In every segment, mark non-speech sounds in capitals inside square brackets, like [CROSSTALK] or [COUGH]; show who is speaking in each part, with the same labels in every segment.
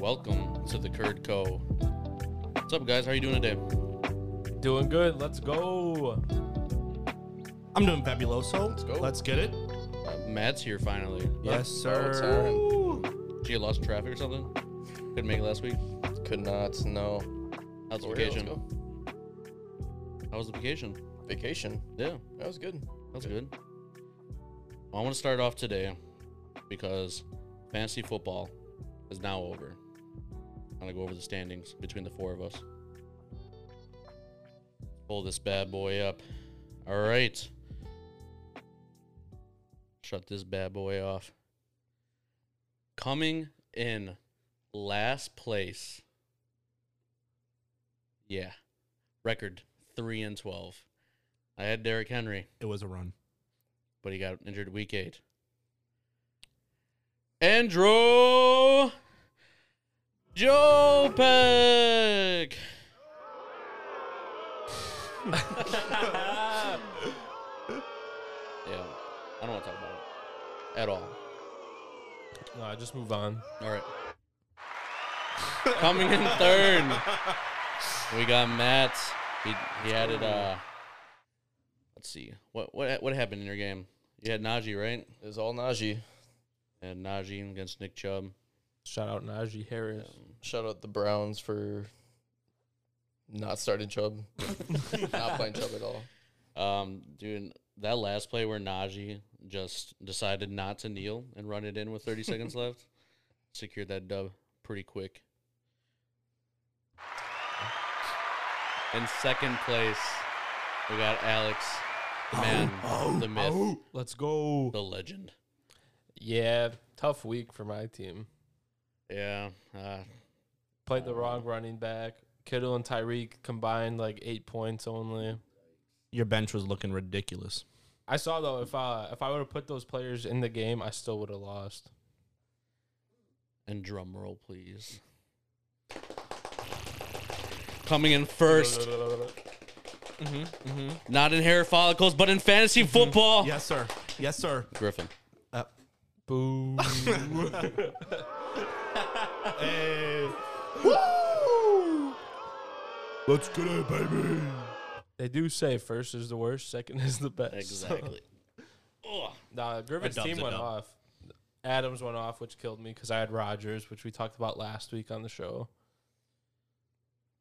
Speaker 1: Welcome to the Curd Co. What's up, guys? How are you doing today?
Speaker 2: Doing good. Let's go.
Speaker 3: I'm doing fabuloso.
Speaker 1: Let's go.
Speaker 3: Let's get it.
Speaker 1: Uh, Matt's here finally.
Speaker 3: Yes,
Speaker 4: sir.
Speaker 1: Did you get lost in traffic or something? Couldn't make it last week.
Speaker 4: Could not. No.
Speaker 1: How's the
Speaker 4: We're here, let's
Speaker 1: vacation?
Speaker 4: go.
Speaker 1: How was the vacation?
Speaker 4: Vacation.
Speaker 1: Yeah,
Speaker 4: That was good.
Speaker 1: that's good. Well, I want to start off today because fantasy football is now over. I'm gonna go over the standings between the four of us. Pull this bad boy up. All right. Shut this bad boy off. Coming in last place. Yeah. Record 3 and 12. I had Derrick Henry,
Speaker 3: It was a run.
Speaker 1: but he got injured week 8. Andrew Jopek. [LAUGHS] Yeah. I don't want to talk about it at all.
Speaker 2: No, I just move on.
Speaker 1: All right. [LAUGHS] Coming in third, we got Matt. He he had it. Uh, let's see what what what happened in your game. You had Najee, right?
Speaker 4: It was all Najee.
Speaker 1: And Najee against Nick Chubb.
Speaker 2: Shout out Najee Harris.
Speaker 4: Shout out the Browns for not starting Chubb, not playing Chubb at all.
Speaker 1: Um, dude, that last play where Najee just decided not to kneel and run it in with 30 seconds
Speaker 4: [LAUGHS]
Speaker 1: left, secured that dub pretty quick. In second place, we got Alex, the man, the myth,
Speaker 2: Let's go.
Speaker 1: the legend.
Speaker 2: Yeah, tough week for my team.
Speaker 1: Yeah, uh,
Speaker 2: Played the wrong running back. Kittle and Tyreek combined like eight points only.
Speaker 3: Your bench was looking ridiculous.
Speaker 2: I saw though if uh if I would have put those players in the game, I still would have lost.
Speaker 1: and drum roll, please. Coming in first, not in hair follicles, but in fantasy football.
Speaker 3: Yes, sir. Yes, sir.
Speaker 1: Griffin.
Speaker 3: Uh,
Speaker 2: Boo.
Speaker 3: [LAUGHS]
Speaker 2: [LAUGHS]
Speaker 3: hey. Woo! Let's get it, baby.
Speaker 2: they do say first is the worst, second [LAUGHS] is the best.
Speaker 1: Exactly. Ugh.
Speaker 2: Nah,
Speaker 3: A
Speaker 2: Griffin's
Speaker 3: dub's
Speaker 2: team
Speaker 3: a
Speaker 2: went
Speaker 3: dub.
Speaker 2: off. Adams went off, which killed me because I had Rodgers, which we talked about last week on the show.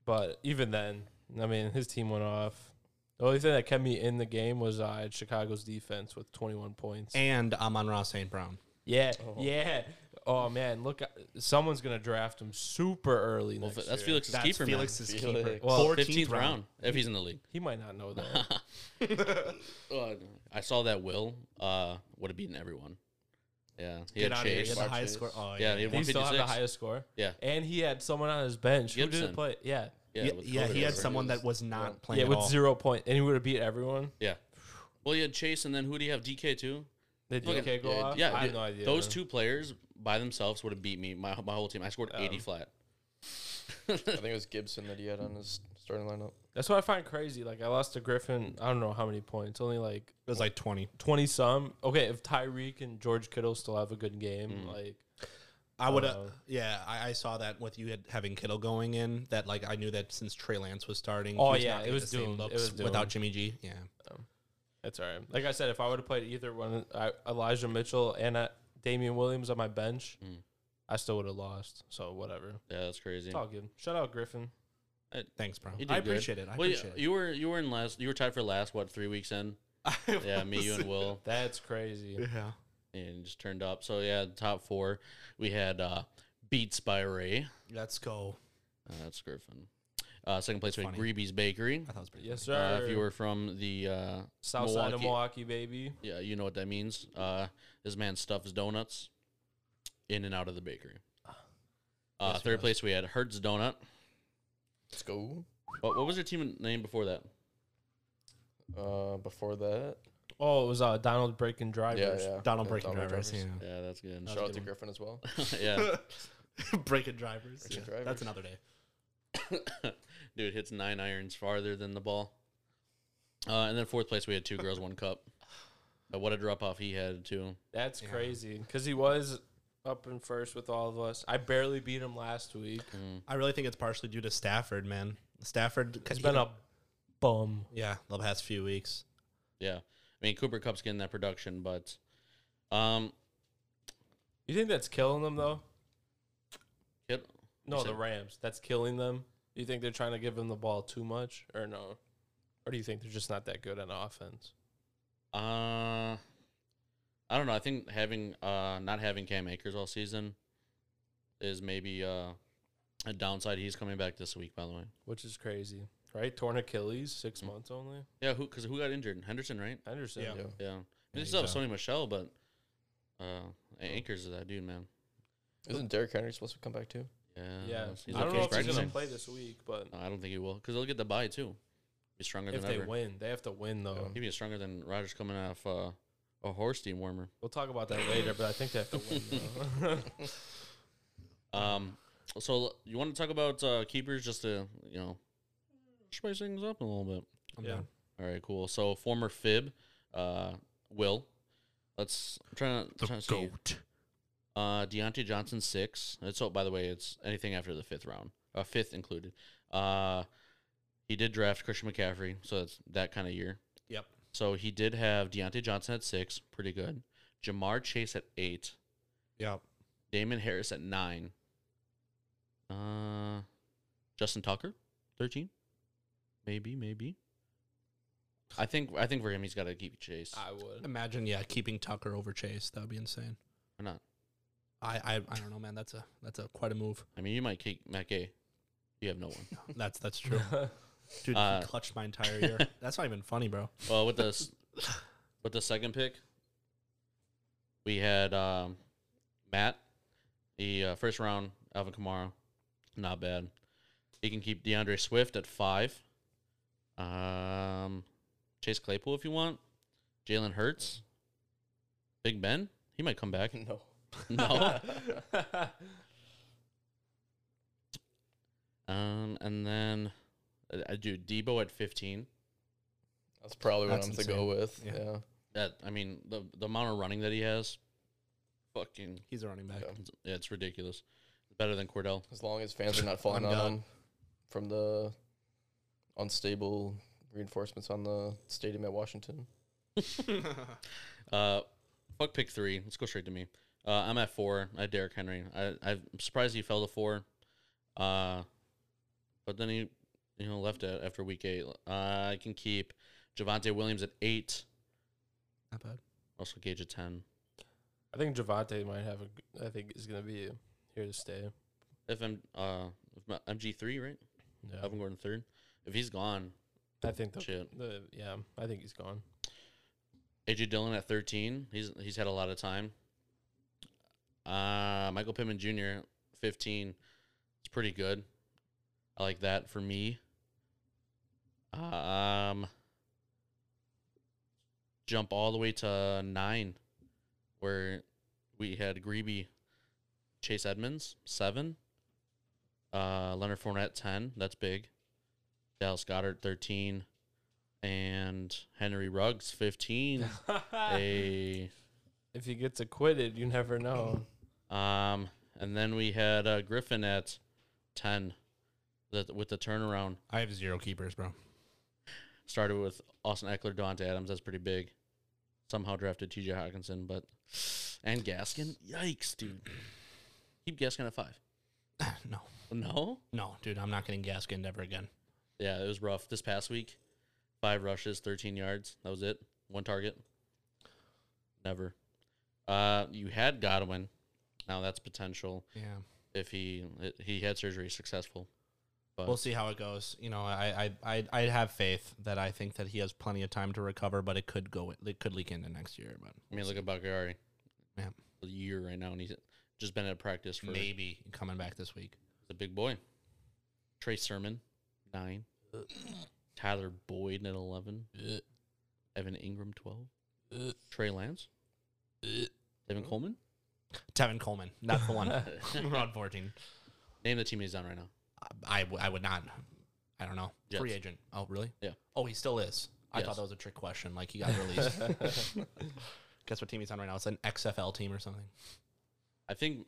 Speaker 2: But even then, I mean, his team went off. The only thing that kept me in the game was uh, I had Chicago's defense with 21 points.
Speaker 3: And Amon Ross St. Brown.
Speaker 2: yeah, yeah. Oh man, look, uh, someone's gonna draft him super early
Speaker 1: Well,
Speaker 2: next
Speaker 1: that's
Speaker 2: year.
Speaker 1: Felix's keeper. man.
Speaker 4: Felix.
Speaker 2: Well,
Speaker 1: 15th round, if he's in the league.
Speaker 2: He might not
Speaker 4: [LAUGHS]
Speaker 2: know that.
Speaker 1: Uh, I saw that Will uh, would have beaten everyone. Yeah, he
Speaker 3: Get
Speaker 1: had
Speaker 3: out of here. He
Speaker 1: Chase.
Speaker 3: had the
Speaker 4: Mark
Speaker 3: highest score.
Speaker 4: Chase.
Speaker 3: Oh,
Speaker 1: Yeah,
Speaker 3: yeah.
Speaker 1: he had
Speaker 2: he still had the
Speaker 1: 156.
Speaker 2: highest score,
Speaker 1: Yeah,
Speaker 2: and he had someone on his bench who
Speaker 1: Gibson.
Speaker 2: didn't play. Yeah,
Speaker 1: yeah,
Speaker 3: Yeah,
Speaker 1: with COVID
Speaker 3: yeah, he
Speaker 1: or
Speaker 3: had
Speaker 1: whatever.
Speaker 3: someone that was not playing
Speaker 2: yeah,
Speaker 3: at
Speaker 2: with
Speaker 3: all.
Speaker 2: zero point, and he would have beat everyone.
Speaker 1: Yeah. Well, he had Chase, and then who do you have? DK too.
Speaker 2: Did
Speaker 1: Look at-
Speaker 2: DK go
Speaker 1: yeah,
Speaker 2: off?
Speaker 1: Yeah,
Speaker 2: I have
Speaker 1: dude,
Speaker 2: no idea.
Speaker 1: Those
Speaker 2: man.
Speaker 1: two players by themselves would have beat me. My my whole team. I scored
Speaker 3: Oh.
Speaker 1: 80 flat. [LAUGHS]
Speaker 4: I think it was Gibson that he had on his starting lineup.
Speaker 2: That's what I find crazy. Like I lost to Griffin. I don't know how many points. Only like
Speaker 3: It was like 20.
Speaker 2: twenty some. Okay, if Tyreek and George Kittle still have a good game,
Speaker 4: Mm.
Speaker 2: like
Speaker 3: I would have,
Speaker 2: Uh,
Speaker 3: yeah. I, I saw that with you had, having Kittle going in. That like I knew that since Trey Lance was starting.
Speaker 2: Oh,
Speaker 3: he
Speaker 2: yeah,
Speaker 3: not gonna
Speaker 2: it
Speaker 3: get
Speaker 2: was
Speaker 3: the same
Speaker 2: doomed. It
Speaker 3: looks
Speaker 2: was doomed.
Speaker 3: without Jimmy G. Yeah,
Speaker 2: that's all right. Like I said, if I would have played either one, I, Elijah Mitchell and uh, Damian Williams on my bench,
Speaker 1: Mm.
Speaker 2: I still would have lost. So whatever.
Speaker 1: Yeah, that's crazy.
Speaker 2: It's all good. Shout out Griffin.
Speaker 3: thanks, bro.
Speaker 1: He did
Speaker 3: I
Speaker 1: good.
Speaker 3: appreciate it. I
Speaker 1: Well, you,
Speaker 3: appreciate
Speaker 1: you were you were in last. You were tied for last. What three weeks in?
Speaker 3: [LAUGHS] it.
Speaker 1: Yeah, me, you, and Will.
Speaker 2: That's crazy.
Speaker 3: Yeah,
Speaker 1: and just turned up. So yeah, the top four we had uh, Beats by Ray.
Speaker 3: [LAUGHS] let's go.
Speaker 1: Uh, that's Griffin. Uh, second place we had
Speaker 3: Funny.
Speaker 1: Greeby's Bakery.
Speaker 3: I thought it was pretty.
Speaker 2: Yes, sir.
Speaker 1: Uh, if you were from the uh,
Speaker 2: South side of Milwaukee, baby.
Speaker 1: yeah, you know what that means. Uh, this man stuffs donuts in and out of the bakery. Uh,
Speaker 3: Ah. Yes, he
Speaker 1: third
Speaker 3: does.
Speaker 1: place we had Hertz Donut.
Speaker 4: Let's go.
Speaker 1: What, what was your team name before
Speaker 3: [LAUGHS]
Speaker 1: that?
Speaker 4: Uh, before that,
Speaker 2: Oh, it was uh, Donald Breaking Drivers.
Speaker 4: yeah, yeah.
Speaker 3: Donald
Speaker 4: Yeah,
Speaker 3: breaking
Speaker 4: Donald
Speaker 3: drivers.
Speaker 1: Yeah, that's good.
Speaker 4: Shout out to Griffin as well.
Speaker 1: [LAUGHS]
Speaker 3: [LAUGHS]
Speaker 1: yeah,
Speaker 3: Yeah, breaking drivers.
Speaker 4: Breaking
Speaker 3: yeah.
Speaker 4: drivers.
Speaker 3: That's another day.
Speaker 1: dude hits nine irons farther than the ball. Uh, and then fourth place we had two girls, one cup. Uh, what a drop off he had too.
Speaker 2: That's
Speaker 3: Yeah.
Speaker 2: crazy. 'Cause crazy because he was up in first with all of us. I barely beat him last week.
Speaker 1: Mm.
Speaker 3: I really think it's partially due to Stafford, man. Stafford
Speaker 2: He's been a bum.
Speaker 3: yeah the past few weeks.
Speaker 1: Yeah. I mean, Cooper Cup's getting that production, but um,
Speaker 2: You think that's killing them though?
Speaker 1: Kit-
Speaker 2: No,
Speaker 1: said-
Speaker 2: the Rams. That's killing them. Do you think they're trying to give him the ball too much, or no? Or do you think they're just not that good on offense?
Speaker 1: Uh, I don't know. I think having uh not having Cam Akers all season is maybe uh a downside. He's coming back this week, by the way.
Speaker 2: Which is crazy, right? Torn Achilles, 6
Speaker 4: Hmm.
Speaker 1: Mm.
Speaker 2: months only.
Speaker 1: Yeah, who? Because who got injured? Henderson, right?
Speaker 2: Henderson.
Speaker 3: Yeah.
Speaker 4: Yeah.
Speaker 1: Yeah.
Speaker 3: Yeah,
Speaker 1: They still have
Speaker 3: he's out.
Speaker 1: Sony Michelle, but uh, Akers is that dude, man.
Speaker 4: Isn't Derrick Henry supposed to come back too?
Speaker 1: Yeah.
Speaker 2: Yeah.
Speaker 1: He's
Speaker 2: I don't know if
Speaker 1: okay
Speaker 2: he's gonna
Speaker 1: practicing.
Speaker 2: play this week, but
Speaker 1: No, I don't think he will, because he'll get the bye too. Be stronger
Speaker 2: if
Speaker 1: than
Speaker 2: they
Speaker 1: ever.
Speaker 2: win, they have to win though.
Speaker 1: He'd be stronger than Rogers coming off uh, a horse team warmer.
Speaker 2: We'll talk about that later, but I think they have to win. Though.
Speaker 4: [LAUGHS]
Speaker 1: Um, so l- you want to talk about uh, keepers just to you know spice things up a little bit?
Speaker 3: I'm
Speaker 2: [LAUGHS] Yeah.
Speaker 3: down.
Speaker 1: All right, cool. So former Fib, uh, Will. Let's I'm trying to, trying to see. Uh, Deontay Johnson six. It's oh, by the way, it's anything after the fifth round, uh, fifth included. Uh, he did draft Christian McCaffrey, so it's that kind of year.
Speaker 3: Yep.
Speaker 1: So he did have Deontay Johnson at six, pretty good. Jamar Chase at eight.
Speaker 3: Yep.
Speaker 1: Damon Harris at nine. Uh, Justin Tucker, thirteen. Maybe, maybe. I think I think for him he's got to keep Chase.
Speaker 2: I would.
Speaker 3: Imagine yeah keeping Tucker over Chase. That would be insane.
Speaker 1: Why not?
Speaker 3: I, I I don't know, man. That's a that's a quite a move.
Speaker 1: I mean, you might kick Matt Gay. You have no one.
Speaker 3: That's that's true. Dude,
Speaker 1: Uh,
Speaker 3: he clutched my entire
Speaker 1: [LAUGHS]
Speaker 3: year. that's not even funny, bro.
Speaker 1: Well, with the s- with the second pick, we had um, Matt, the uh, first round Alvin Kamara, not bad. He can keep DeAndre Swift at five. Um, Chase Claypool if you want. Jalen Hurts. Big Ben, he might come back. [LAUGHS]
Speaker 4: [LAUGHS]
Speaker 2: [LAUGHS]
Speaker 4: No.
Speaker 1: No. um, and then, uh, uh, dude, Debo at fifteen.
Speaker 4: That's probably what
Speaker 3: That's
Speaker 4: I'm to go with.
Speaker 3: Yeah.
Speaker 4: Yeah.
Speaker 1: That I mean, the the amount of running that he has, fucking
Speaker 3: He's a running back.
Speaker 4: Yeah.
Speaker 1: It's- Yeah, it's ridiculous. Better than Cordell.
Speaker 4: As long as fans are not falling
Speaker 3: I'm
Speaker 4: on
Speaker 3: done.
Speaker 4: him from the unstable reinforcements on the stadium at Washington.
Speaker 1: Uh, fuck pick three. Let's go straight to me. Uh, I'm at four. I had Derrick Henry. I, I'm surprised he fell to four. Uh, but then he, you know, left it after week eight. Uh, I can keep Javante Williams at eight.
Speaker 3: Not bad.
Speaker 1: Russell Gage at ten.
Speaker 2: I think Javante might have a. g- I think is gonna be here to stay.
Speaker 1: If I'm uh, if my- MG three right,
Speaker 2: Yeah.
Speaker 1: Evan Gordon third. If he's gone,
Speaker 2: I think the,
Speaker 1: shit.
Speaker 2: the yeah. I think he's gone.
Speaker 1: AJ Dillon at 13. He's he's had a lot of time. Uh, Michael Pittman Jr. 15. It's pretty good. I like that for me. Um, jump all the way to nine, where we had Greeby, Chase Edmonds seven, uh, Leonard Fournette ten. That's big. Dallas Goddard thirteen, and Henry Ruggs
Speaker 2: [LAUGHS]
Speaker 1: fifteen. Hey.
Speaker 2: If he gets acquitted, you never know.
Speaker 1: [LAUGHS] Um, and then we had uh, Griffin at ten, that with the turnaround
Speaker 3: I have zero keepers, bro. [LAUGHS]
Speaker 1: started with Austin Eckler, Dante Adams. That's pretty big. Somehow drafted T.J. Hawkinson, but and Gaskin. Yikes, dude! Keep Gaskin at five.
Speaker 3: no,
Speaker 1: No,
Speaker 3: no, dude. I'm not getting Gaskin ever again.
Speaker 1: yeah, it was rough this past week. Five rushes, thirteen yards. That was it. One target. Never. Uh, you had Godwin. Now that's potential
Speaker 3: Yeah.
Speaker 1: if he he had surgery successful. But
Speaker 3: We'll see how it goes. You know, I, I, I, I have faith that I think that he has plenty of time to recover, but it could go, it could leak into next year. But
Speaker 1: I mean, look at Bakhtiari.
Speaker 3: Yeah.
Speaker 1: A year right now, and he's just been at practice for he's
Speaker 3: maybe coming back this week.
Speaker 1: a big boy. Trey Sermon, nine. Tyler Boyd at 11. Evan Ingram, 12. Trey Lance. Devin
Speaker 3: [LAUGHS]
Speaker 1: Coleman. [LAUGHS]
Speaker 3: Tevin Coleman, not the one. We're on 14.
Speaker 1: Name the team he's on right now.
Speaker 3: I, I, w- I would not. I don't know.
Speaker 1: Jets.
Speaker 3: Free agent. Oh, really?
Speaker 1: Yeah.
Speaker 3: Oh, he still is. I
Speaker 1: Yes.
Speaker 3: thought that was a trick question.
Speaker 1: [LAUGHS]
Speaker 3: Like [LAUGHS]
Speaker 2: [LAUGHS]
Speaker 3: he got released. Guess what team he's on right now? It's an XFL team or something.
Speaker 1: I think,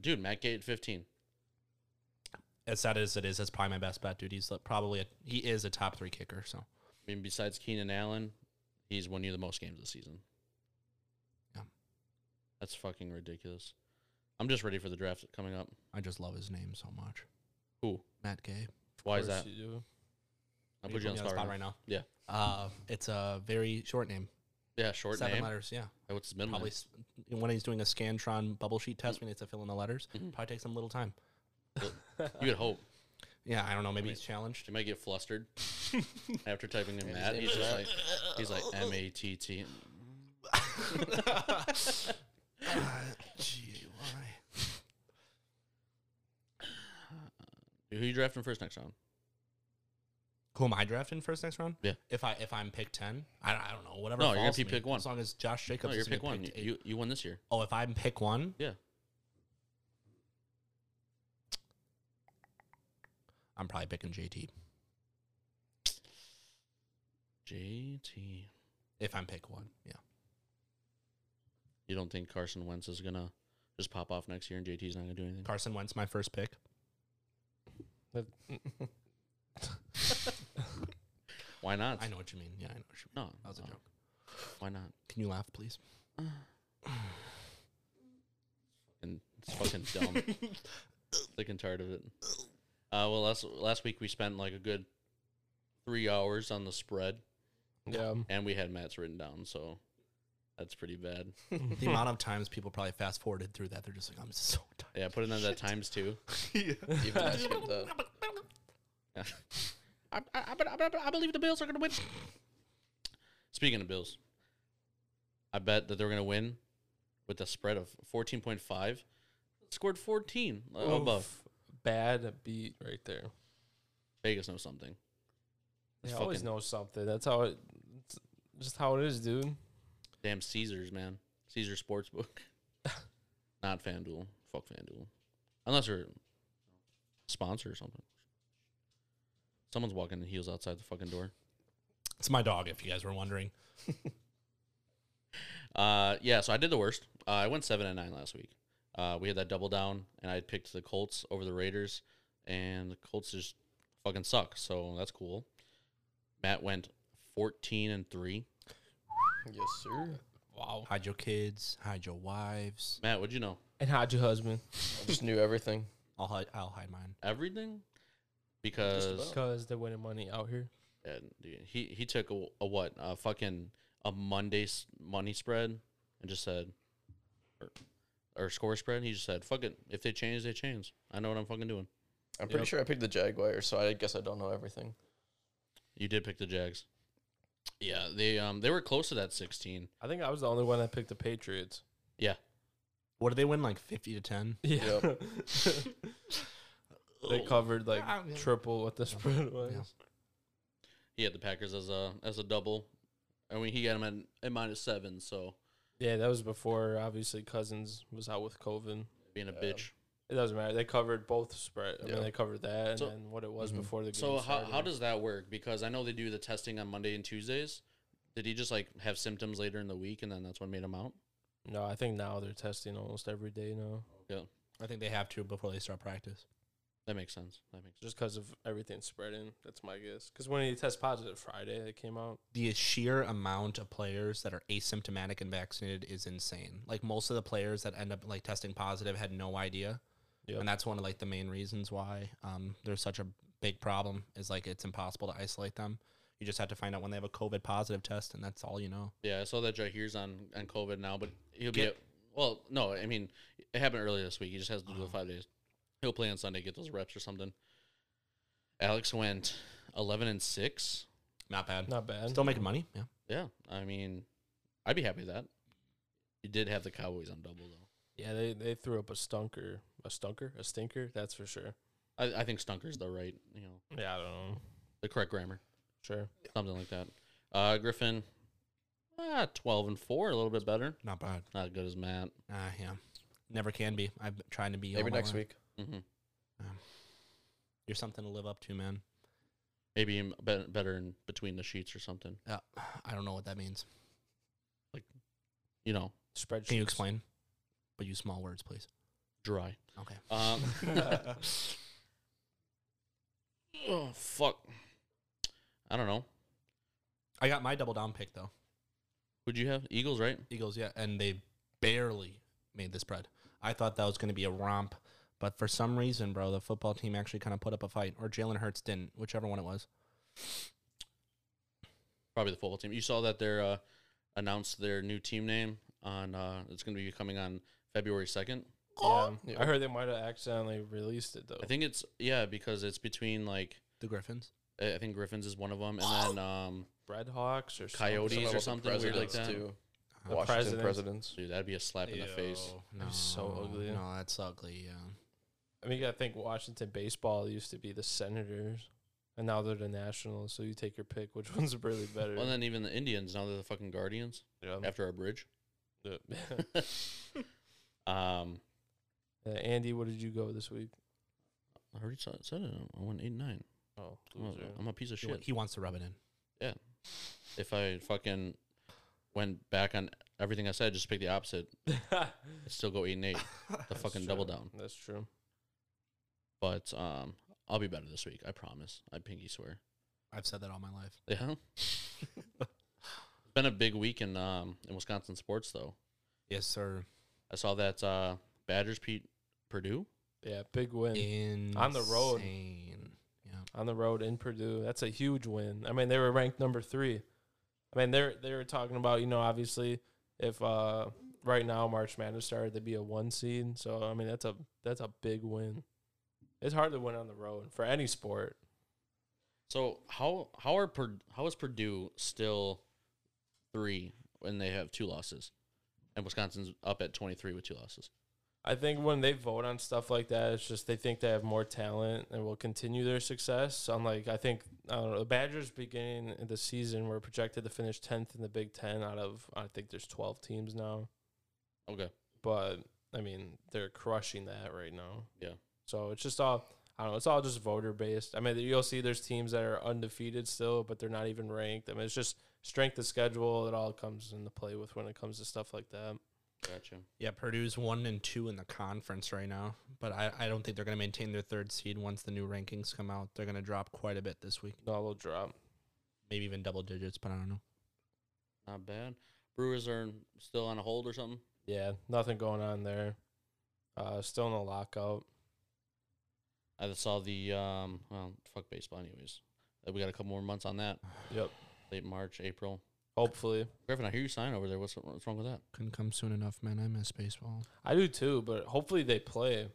Speaker 1: dude, Matt Gay at 15.
Speaker 3: As sad as it is, that's probably my best bet, dude. He's like, probably a, he is a top three kicker. So
Speaker 1: I mean, besides Keenan Allen, he's won you the most games this season.
Speaker 3: Yeah.
Speaker 1: That's fucking ridiculous. I'm just ready for the draft coming up.
Speaker 3: I just love his name so much.
Speaker 1: Who?
Speaker 3: Matt Gay.
Speaker 1: Why is
Speaker 2: Course
Speaker 1: that?
Speaker 2: you do.
Speaker 1: I'll put you on the spot. Right
Speaker 3: now.
Speaker 1: Yeah.
Speaker 3: Uh, it's a very short name.
Speaker 1: Yeah, short
Speaker 3: Seven
Speaker 1: name. Hmm.
Speaker 3: letters. Yeah.
Speaker 1: Hey, What's his middle
Speaker 3: Probably
Speaker 1: name?
Speaker 3: s- when he's doing a Scantron bubble sheet test, we need to fill in the letters.
Speaker 1: Mhm.
Speaker 3: Probably takes him a little time.
Speaker 1: You could hope.
Speaker 3: Yeah, I don't know. Maybe
Speaker 1: mean-
Speaker 3: he's challenged.
Speaker 1: She might get
Speaker 3: [LAUGHS]
Speaker 1: flustered [LAUGHS] after typing in
Speaker 4: Yeah,
Speaker 1: Matt. He's
Speaker 4: just
Speaker 1: just like,
Speaker 4: aim
Speaker 1: he's like M A T
Speaker 3: [LAUGHS]
Speaker 1: T. [LAUGHS]
Speaker 3: Ah, Gee, why?
Speaker 1: Who you drafting first next round?
Speaker 3: Who am I drafting first next round?
Speaker 1: Yeah.
Speaker 3: If I if I'm pick ten, I don't, I don't know. Whatever.
Speaker 1: No, you're gonna
Speaker 3: falls
Speaker 1: be
Speaker 3: to me,
Speaker 1: pick one.
Speaker 3: As long as Josh
Speaker 1: No,
Speaker 3: Jacobs.
Speaker 1: you're
Speaker 3: isn't
Speaker 1: pick one. You,
Speaker 3: picked eight-
Speaker 1: you you won this year.
Speaker 3: oh, if I'm pick one,
Speaker 1: Yeah.
Speaker 3: I'm probably picking JT.
Speaker 1: J T.
Speaker 3: If I'm pick one, yeah.
Speaker 1: You don't think Carson Wentz is gonna just pop off next year and JT's not gonna do anything?
Speaker 3: Carson Wentz, my first
Speaker 1: [LAUGHS]
Speaker 3: pick.
Speaker 2: [LAUGHS]
Speaker 1: Why not?
Speaker 3: I know what you mean. Yeah, I know what you mean.
Speaker 1: No,
Speaker 3: That was a
Speaker 1: no.
Speaker 3: joke.
Speaker 1: Why not?
Speaker 3: Can you laugh, please?
Speaker 1: And it's fucking dumb.
Speaker 3: [LAUGHS]
Speaker 1: Sick and tired of it. Uh, well, last last week we spent like a good three hours on the spread,
Speaker 2: Yeah.
Speaker 1: and we had Matt's written down, so that's pretty bad. [LAUGHS]
Speaker 3: the amount of times people probably fast forwarded through that, they're just like, I'm so [LAUGHS] tired.
Speaker 1: Yeah, put it on that times two.
Speaker 4: Even I skipped that.
Speaker 1: [LAUGHS] I, I, I, I- I believe the Bills are going to win. Speaking of Bills, I bet that they're going to win with a spread of 14.5. Scored 14 uh, above.
Speaker 2: Oof. Bad beat right there.
Speaker 1: Vegas knows something.
Speaker 2: They
Speaker 1: It's
Speaker 2: always
Speaker 1: fucking-
Speaker 2: know something. That's how it. It's just how it is, dude.
Speaker 1: Damn Caesars, man. Caesar Sportsbook. Not FanDuel. Fuck FanDuel. Unless you're a sponsor or something. Someone's walking in heels outside the fucking door.
Speaker 3: It's my dog, if you guys were wondering.
Speaker 1: Uh, yeah, so I did the worst. Uh, I went seven and nine last week. Uh, we had that double down, and I picked the Colts over the Raiders, and the Colts just fucking suck. So that's cool. Matt went fourteen and three.
Speaker 4: Yes, sir.
Speaker 2: Wow.
Speaker 3: Hide your kids, hide your wives.
Speaker 1: Matt, what'd you know?
Speaker 2: And hide your husband.
Speaker 4: I just knew everything.
Speaker 3: I'll hide, I'll hide mine.
Speaker 1: Everything, because
Speaker 4: about.
Speaker 2: Because they're winning money out here.
Speaker 1: yeah, dude, he he took a, a what a fucking a Monday s- money spread and just said, or, or score spread. He just said, "Fuck it. If they change, they change. I know what I'm fucking doing."
Speaker 4: I'm pretty
Speaker 2: Yep.
Speaker 4: sure I picked the Jaguars, so I guess I don't know everything.
Speaker 1: You did pick the Jags. Yeah, they um they were close to that sixteen.
Speaker 2: I think I was the only one that picked the Patriots.
Speaker 3: What did they win? Like 50 to 10?
Speaker 2: Yeah. [LAUGHS] they covered like
Speaker 3: Yeah, I mean-
Speaker 2: triple what the spread was.
Speaker 3: Yeah.
Speaker 1: He had the Packers as a as a double. I mean, he got him at, at minus seven, so
Speaker 2: Yeah, that was before obviously Cousins was out with COVID.
Speaker 1: being a
Speaker 4: Yeah.
Speaker 1: bitch.
Speaker 2: It doesn't matter. They covered both spread. I
Speaker 4: Yeah.
Speaker 2: mean, they covered that and
Speaker 1: So-
Speaker 2: then what it was
Speaker 4: Mhm.
Speaker 2: before the game.
Speaker 1: So how,
Speaker 2: started.
Speaker 1: how does that work? Because I know they do the testing on Monday and Tuesdays. Did he just like have symptoms later in the week, and then that's what made him out?
Speaker 2: No, I think now they're testing almost every day now,
Speaker 3: I think they have to before they start practice.
Speaker 1: That makes sense. That makes sense.
Speaker 2: just because of everything spreading. That's my guess. Because when he test positive Friday, it came out.
Speaker 3: The sheer amount of players that are asymptomatic and vaccinated is insane. Like most of the players that end up like testing positive had no idea.
Speaker 2: Yep.
Speaker 3: And that's one of like the main reasons why um, there's such a big problem is like it's impossible to isolate them. You just have to find out when they have a COVID positive test and that's all you know.
Speaker 1: Yeah, I saw that Jair's on on COVID now, but he'll be
Speaker 3: Get-
Speaker 1: at, well. No, I mean it happened earlier this week. He just has to do the
Speaker 2: Uh-huh.
Speaker 1: five days. He'll play on Sunday, get those reps or something. Alex went eleven and six.
Speaker 3: Not bad.
Speaker 2: Not bad.
Speaker 3: Still making money. Yeah.
Speaker 1: Yeah, I mean, I'd be happy with that. You did have the Cowboys on double though.
Speaker 2: Yeah, they, they threw up a stunker, a stunker, a stinker. That's for sure.
Speaker 1: I, I think Stunker's the right, you know,
Speaker 2: Yeah, I don't know.
Speaker 1: the correct grammar,
Speaker 2: Sure.
Speaker 1: something like that. Uh, Griffin, ah, twelve and four, a little bit better.
Speaker 3: Not bad.
Speaker 1: Not as good as Matt.
Speaker 3: Ah, yeah. Never can be. I've been trying to be. all
Speaker 4: Maybe
Speaker 3: my
Speaker 4: next
Speaker 3: life.
Speaker 4: week.
Speaker 1: Mm-hmm.
Speaker 3: You're something to live up to, man.
Speaker 1: Maybe even bet- better in between the sheets or something.
Speaker 3: Uh, I don't know what that means.
Speaker 1: You know,
Speaker 2: Spreadsheet.
Speaker 3: Can you explain? But use small words, please.
Speaker 1: Dry.
Speaker 3: Okay.
Speaker 1: Um, oh, fuck. I don't know.
Speaker 3: I got my double down pick though.
Speaker 1: Would you have Eagles, right?
Speaker 3: Eagles, yeah, and they barely made the spread. I thought that was going to be a romp, but for some reason, bro, the football team actually kind of put up a fight, or Jalen Hurts didn't, whichever one it was.
Speaker 1: Probably the football team. You saw that they're uh, announced their new team name on. Uh, it's going to be coming on February second.
Speaker 2: yeah.
Speaker 4: Yeah.
Speaker 2: I heard they might have accidentally released it though.
Speaker 1: I think it's yeah because it's between like
Speaker 3: The Griffins.
Speaker 1: I I think Griffins is one of them, and then um,
Speaker 2: Red Hawks or
Speaker 1: Coyotes or
Speaker 2: something.
Speaker 4: about the
Speaker 1: something weird like
Speaker 4: presidents,
Speaker 1: that.
Speaker 2: The
Speaker 4: Washington
Speaker 2: presidents.
Speaker 4: presidents.
Speaker 1: dude, that'd be a slap in the face.
Speaker 3: No,
Speaker 2: It's so ugly.
Speaker 3: No, that's ugly. Yeah.
Speaker 2: I mean, you gotta think Washington baseball used to be the Senators, and now they're the Nationals. So you take your pick. Which [LAUGHS] one's really better?
Speaker 1: Well, and then even the Indians now they're the fucking Guardians
Speaker 2: Yeah.
Speaker 1: after our bridge.
Speaker 2: Yeah.
Speaker 1: [LAUGHS] Um,
Speaker 2: Uh, Andy, what did you go this week?
Speaker 1: I already said said it. I won eight nine.
Speaker 2: Oh,
Speaker 1: I'm a, I'm a piece of shit.
Speaker 3: He wants to rub it in.
Speaker 1: If I fucking went back on everything I said, just pick the opposite. I'd still go eight and eight. The fucking double down.
Speaker 2: That's true.
Speaker 1: But um, I'll be better this week. I promise. I pinky swear.
Speaker 3: [LAUGHS] I've said that all my life. [LAUGHS]
Speaker 1: Yeah. Been a big week in um in Wisconsin sports though.
Speaker 3: Yes, sir.
Speaker 1: I saw that uh Badgers Pete Purdue.
Speaker 2: Yeah, big win
Speaker 3: In
Speaker 2: On the road.
Speaker 3: Yeah.
Speaker 2: on the road in Purdue. That's a huge win. I mean, they were ranked number three. I mean, they're they were talking about you know obviously if uh right now March Madness started, they'd be a one seed. So I mean, that's a that's a big win. It's hard to win on the road for any sport.
Speaker 1: So how how are Pur- how is Purdue still three when they have two losses, and Wisconsin's up at twenty three with two losses?
Speaker 2: I think when they vote on stuff like that, it's just they think they have more talent and will continue their success. Unlike I think I don't know, the Badgers beginning of the season were projected to finish tenth in the Big Ten out of I think there's twelve teams now.
Speaker 1: Okay,
Speaker 2: But I mean, they're crushing that right now.
Speaker 1: Yeah.
Speaker 2: So it's just all I don't know, it's all just voter based. I mean you'll see there's teams that are undefeated still, but they're not even ranked. I mean it's just strength of schedule, it all comes into play with when it comes to stuff like that.
Speaker 1: gotcha.
Speaker 3: Yeah, Purdue's one and two in the conference right now, but I, I don't think they're going to maintain their third seed once the new rankings come out. They're going to drop quite a bit this week,
Speaker 2: No, they'll drop.
Speaker 3: maybe even double digits, but I don't know.
Speaker 1: Not bad. Brewers are still on a hold or something.
Speaker 2: Yeah, nothing going on there. Uh, still in a lockout.
Speaker 1: I just saw the um well fuck baseball anyways. Uh, We got a couple more months on [SIGHS] that.
Speaker 2: Yep.
Speaker 1: Late March, April.
Speaker 2: Hopefully,
Speaker 1: Griffin, I hear you sign over there. What's what's wrong with that?
Speaker 3: Couldn't come soon enough, man. I miss baseball.
Speaker 2: I do too. But hopefully they play.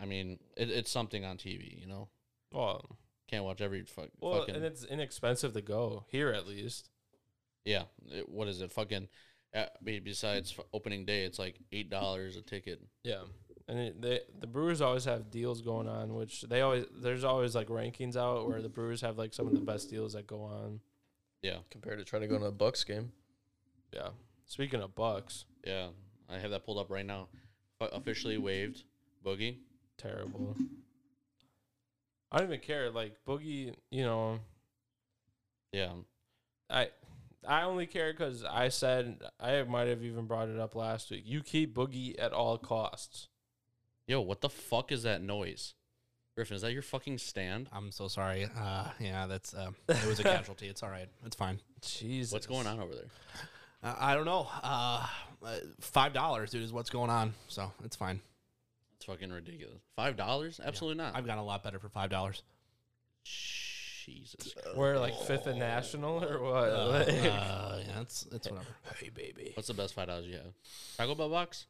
Speaker 1: I mean, it, it's something on TV. You know,
Speaker 2: Well,
Speaker 1: can't watch every fuck,
Speaker 2: well,
Speaker 1: fucking
Speaker 2: and it's inexpensive to go here at least.
Speaker 1: Yeah. It, what is it? Fucking. Uh, be- besides f- opening day, it's like eight dollars a ticket.
Speaker 2: Yeah, and it, they the Brewers always have deals going on, which they always there's always like rankings out where the Brewers have like some of the best deals that go on.
Speaker 1: Yeah,
Speaker 4: Compared to trying to go to a Bucks game.
Speaker 2: Yeah. Speaking of Bucks,
Speaker 1: yeah. I have that pulled up right now. O- officially waived, Boogie.
Speaker 2: terrible. I don't even care. Like Boogie, you know,
Speaker 1: Yeah,
Speaker 2: I I only care because I said I might have even brought it up last week. You keep Boogie at all costs.
Speaker 1: yo, what the fuck is that noise? Griffin, is that your fucking stand?
Speaker 3: I'm so sorry. Uh, yeah, that's uh, it [LAUGHS] was a casualty. It's all right. It's fine.
Speaker 2: Jesus,
Speaker 1: What's going on over there?
Speaker 3: Uh, I don't know. Uh, uh, Five dollars, dude, is what's going on. So it's fine.
Speaker 1: It's fucking ridiculous. Five dollars? Absolutely not.
Speaker 3: I've gotten a lot better for five dollars.
Speaker 1: Jesus.
Speaker 2: We're like fifth in national or what? [LAUGHS]
Speaker 3: Uh,
Speaker 2: Like-
Speaker 3: yeah, it's it's whatever.
Speaker 2: hey, baby.
Speaker 1: What's the best five dollars you have? Taco Bell box?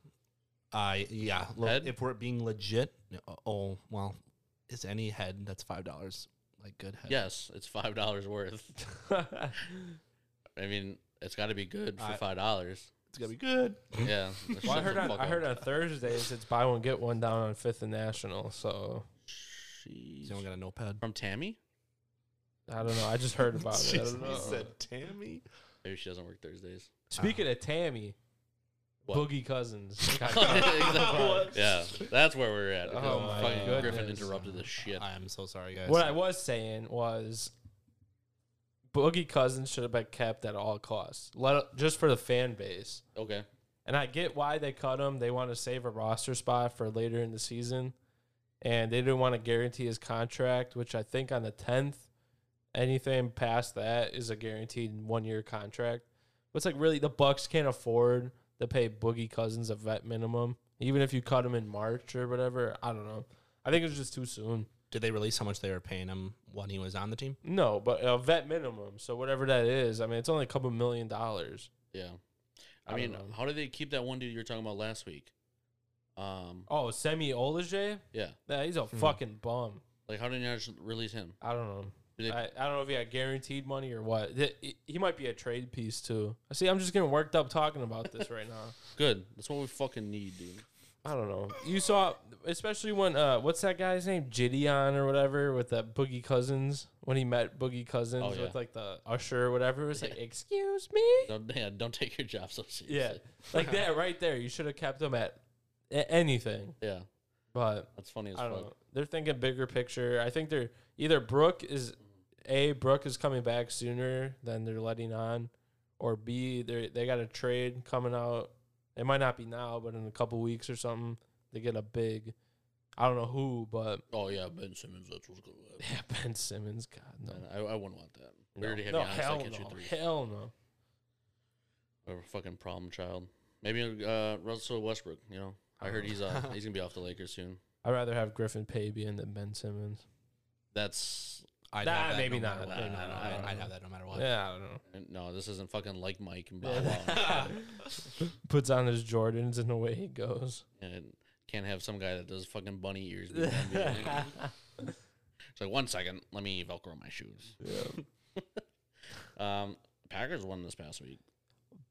Speaker 3: Uh, yeah. Look,
Speaker 1: Head?
Speaker 3: if we're being legit, oh well, is any head that's five dollars like good head?
Speaker 1: Yes, it's five dollars worth. uh, I mean, it's got to be good for
Speaker 3: I-
Speaker 1: five dollars.
Speaker 3: it's gonna be good. [LAUGHS]
Speaker 1: Yeah.
Speaker 2: [LAUGHS] Well, I
Speaker 1: shut
Speaker 2: heard
Speaker 1: the
Speaker 2: on
Speaker 1: fuck
Speaker 2: I
Speaker 1: up.
Speaker 2: heard on Thursdays it's buy one get one down on fifth and national. So
Speaker 1: Jeez.
Speaker 3: He's only got a notepad.
Speaker 1: From Tammy?
Speaker 2: I don't know. I just heard about
Speaker 1: [LAUGHS]
Speaker 2: it.
Speaker 3: [LAUGHS]
Speaker 2: I don't know.
Speaker 3: Tammy.
Speaker 1: Maybe she doesn't work Thursdays.
Speaker 2: Speaking of Tammy,
Speaker 1: uh, What? [LAUGHS]
Speaker 2: Boogie Cousins.
Speaker 1: [LAUGHS] yeah, that's where we're at. because
Speaker 2: Oh my
Speaker 1: fucking Griffin
Speaker 2: goodness.
Speaker 1: interrupted the shit.
Speaker 3: I am so sorry, guys.
Speaker 2: What I was saying was Boogie Cousins should have been kept at all costs, let just for the fan base.
Speaker 1: Okay,
Speaker 2: And I get why they cut him. They want to save a roster spot for later in the season. And they didn't want to guarantee his contract, which I think on the 10th, anything past that is a guaranteed one year contract. But it's like really the Bucks can't afford to pay Boogie Cousins a vet minimum, even if you cut him in March or whatever. I don't know. I think it's just too soon.
Speaker 3: Did they release how much they were paying him when he was on the team?
Speaker 2: No, but a vet minimum. So whatever that is, I mean, it's only a couple million dollars.
Speaker 1: Yeah. I,
Speaker 2: I don't
Speaker 1: mean,
Speaker 2: know.
Speaker 1: how did they keep that one dude you were talking about last week? Um,
Speaker 2: Oh, Semi Olajay?
Speaker 1: yeah.
Speaker 2: Yeah, he's a fucking bum.
Speaker 1: Like, how did they just release him?
Speaker 2: I don't know.
Speaker 1: Did they,
Speaker 2: I, I don't know if he had guaranteed money or what. Th- he- He might be a trade piece too. I see. I'm just getting worked up talking about
Speaker 1: [LAUGHS]
Speaker 2: this right now.
Speaker 1: good. That's what we fucking need, dude.
Speaker 2: I don't know. You saw, especially when uh, what's that guy's name, Gideon or whatever, with that Boogie Cousins when he met Boogie Cousins
Speaker 1: Oh, yeah.
Speaker 2: with like the usher or whatever. It was like, excuse me.
Speaker 1: Don't, [LAUGHS] yeah, don't take your job so seriously.
Speaker 2: Yeah, like that right there. You should have kept him at a- anything,
Speaker 1: Yeah.
Speaker 2: but
Speaker 1: That's funny as
Speaker 2: I don't
Speaker 1: fuck.
Speaker 2: know. They're thinking bigger picture. I think they're either Brooke is a Brooke is coming back sooner than they're letting on, or B they they got a trade coming out. It might not be now, but in a couple weeks or something, they get a big. I don't know who, but [LAUGHS]
Speaker 1: Oh, yeah. Ben Simmons. That's what's going to
Speaker 2: yeah, Ben Simmons. God no,
Speaker 1: happen.
Speaker 2: [LAUGHS]
Speaker 1: I, I wouldn't want that. We already have
Speaker 2: no,
Speaker 1: you honest,
Speaker 2: hell
Speaker 1: I catch you
Speaker 2: no,
Speaker 1: three.
Speaker 2: hell no.
Speaker 1: Or a fucking problem child. Maybe uh, Russell Westbrook, you know. I heard he's
Speaker 2: [LAUGHS]
Speaker 1: uh, he's going to be off the Lakers soon.
Speaker 2: I'd rather have Griffin Pabian than Ben Simmons.
Speaker 1: That's
Speaker 3: I'd
Speaker 2: Nah,
Speaker 3: have that
Speaker 2: maybe
Speaker 3: no matter
Speaker 2: not.
Speaker 3: what.
Speaker 2: Maybe
Speaker 3: I-
Speaker 2: not.
Speaker 3: I-
Speaker 2: I don't
Speaker 3: I'd
Speaker 2: know.
Speaker 3: have that no matter what.
Speaker 2: Yeah, I don't know.
Speaker 1: no, this isn't fucking like Mike and blah
Speaker 2: [LAUGHS]
Speaker 1: blah.
Speaker 2: Puts on his Jordans and away he [LAUGHS] goes.
Speaker 1: and can't have some guy that does fucking bunny ears. be in the
Speaker 2: [LAUGHS]
Speaker 1: NBA. it's like one second, let me velcro my shoes. [LAUGHS] Um, Packers won this past week.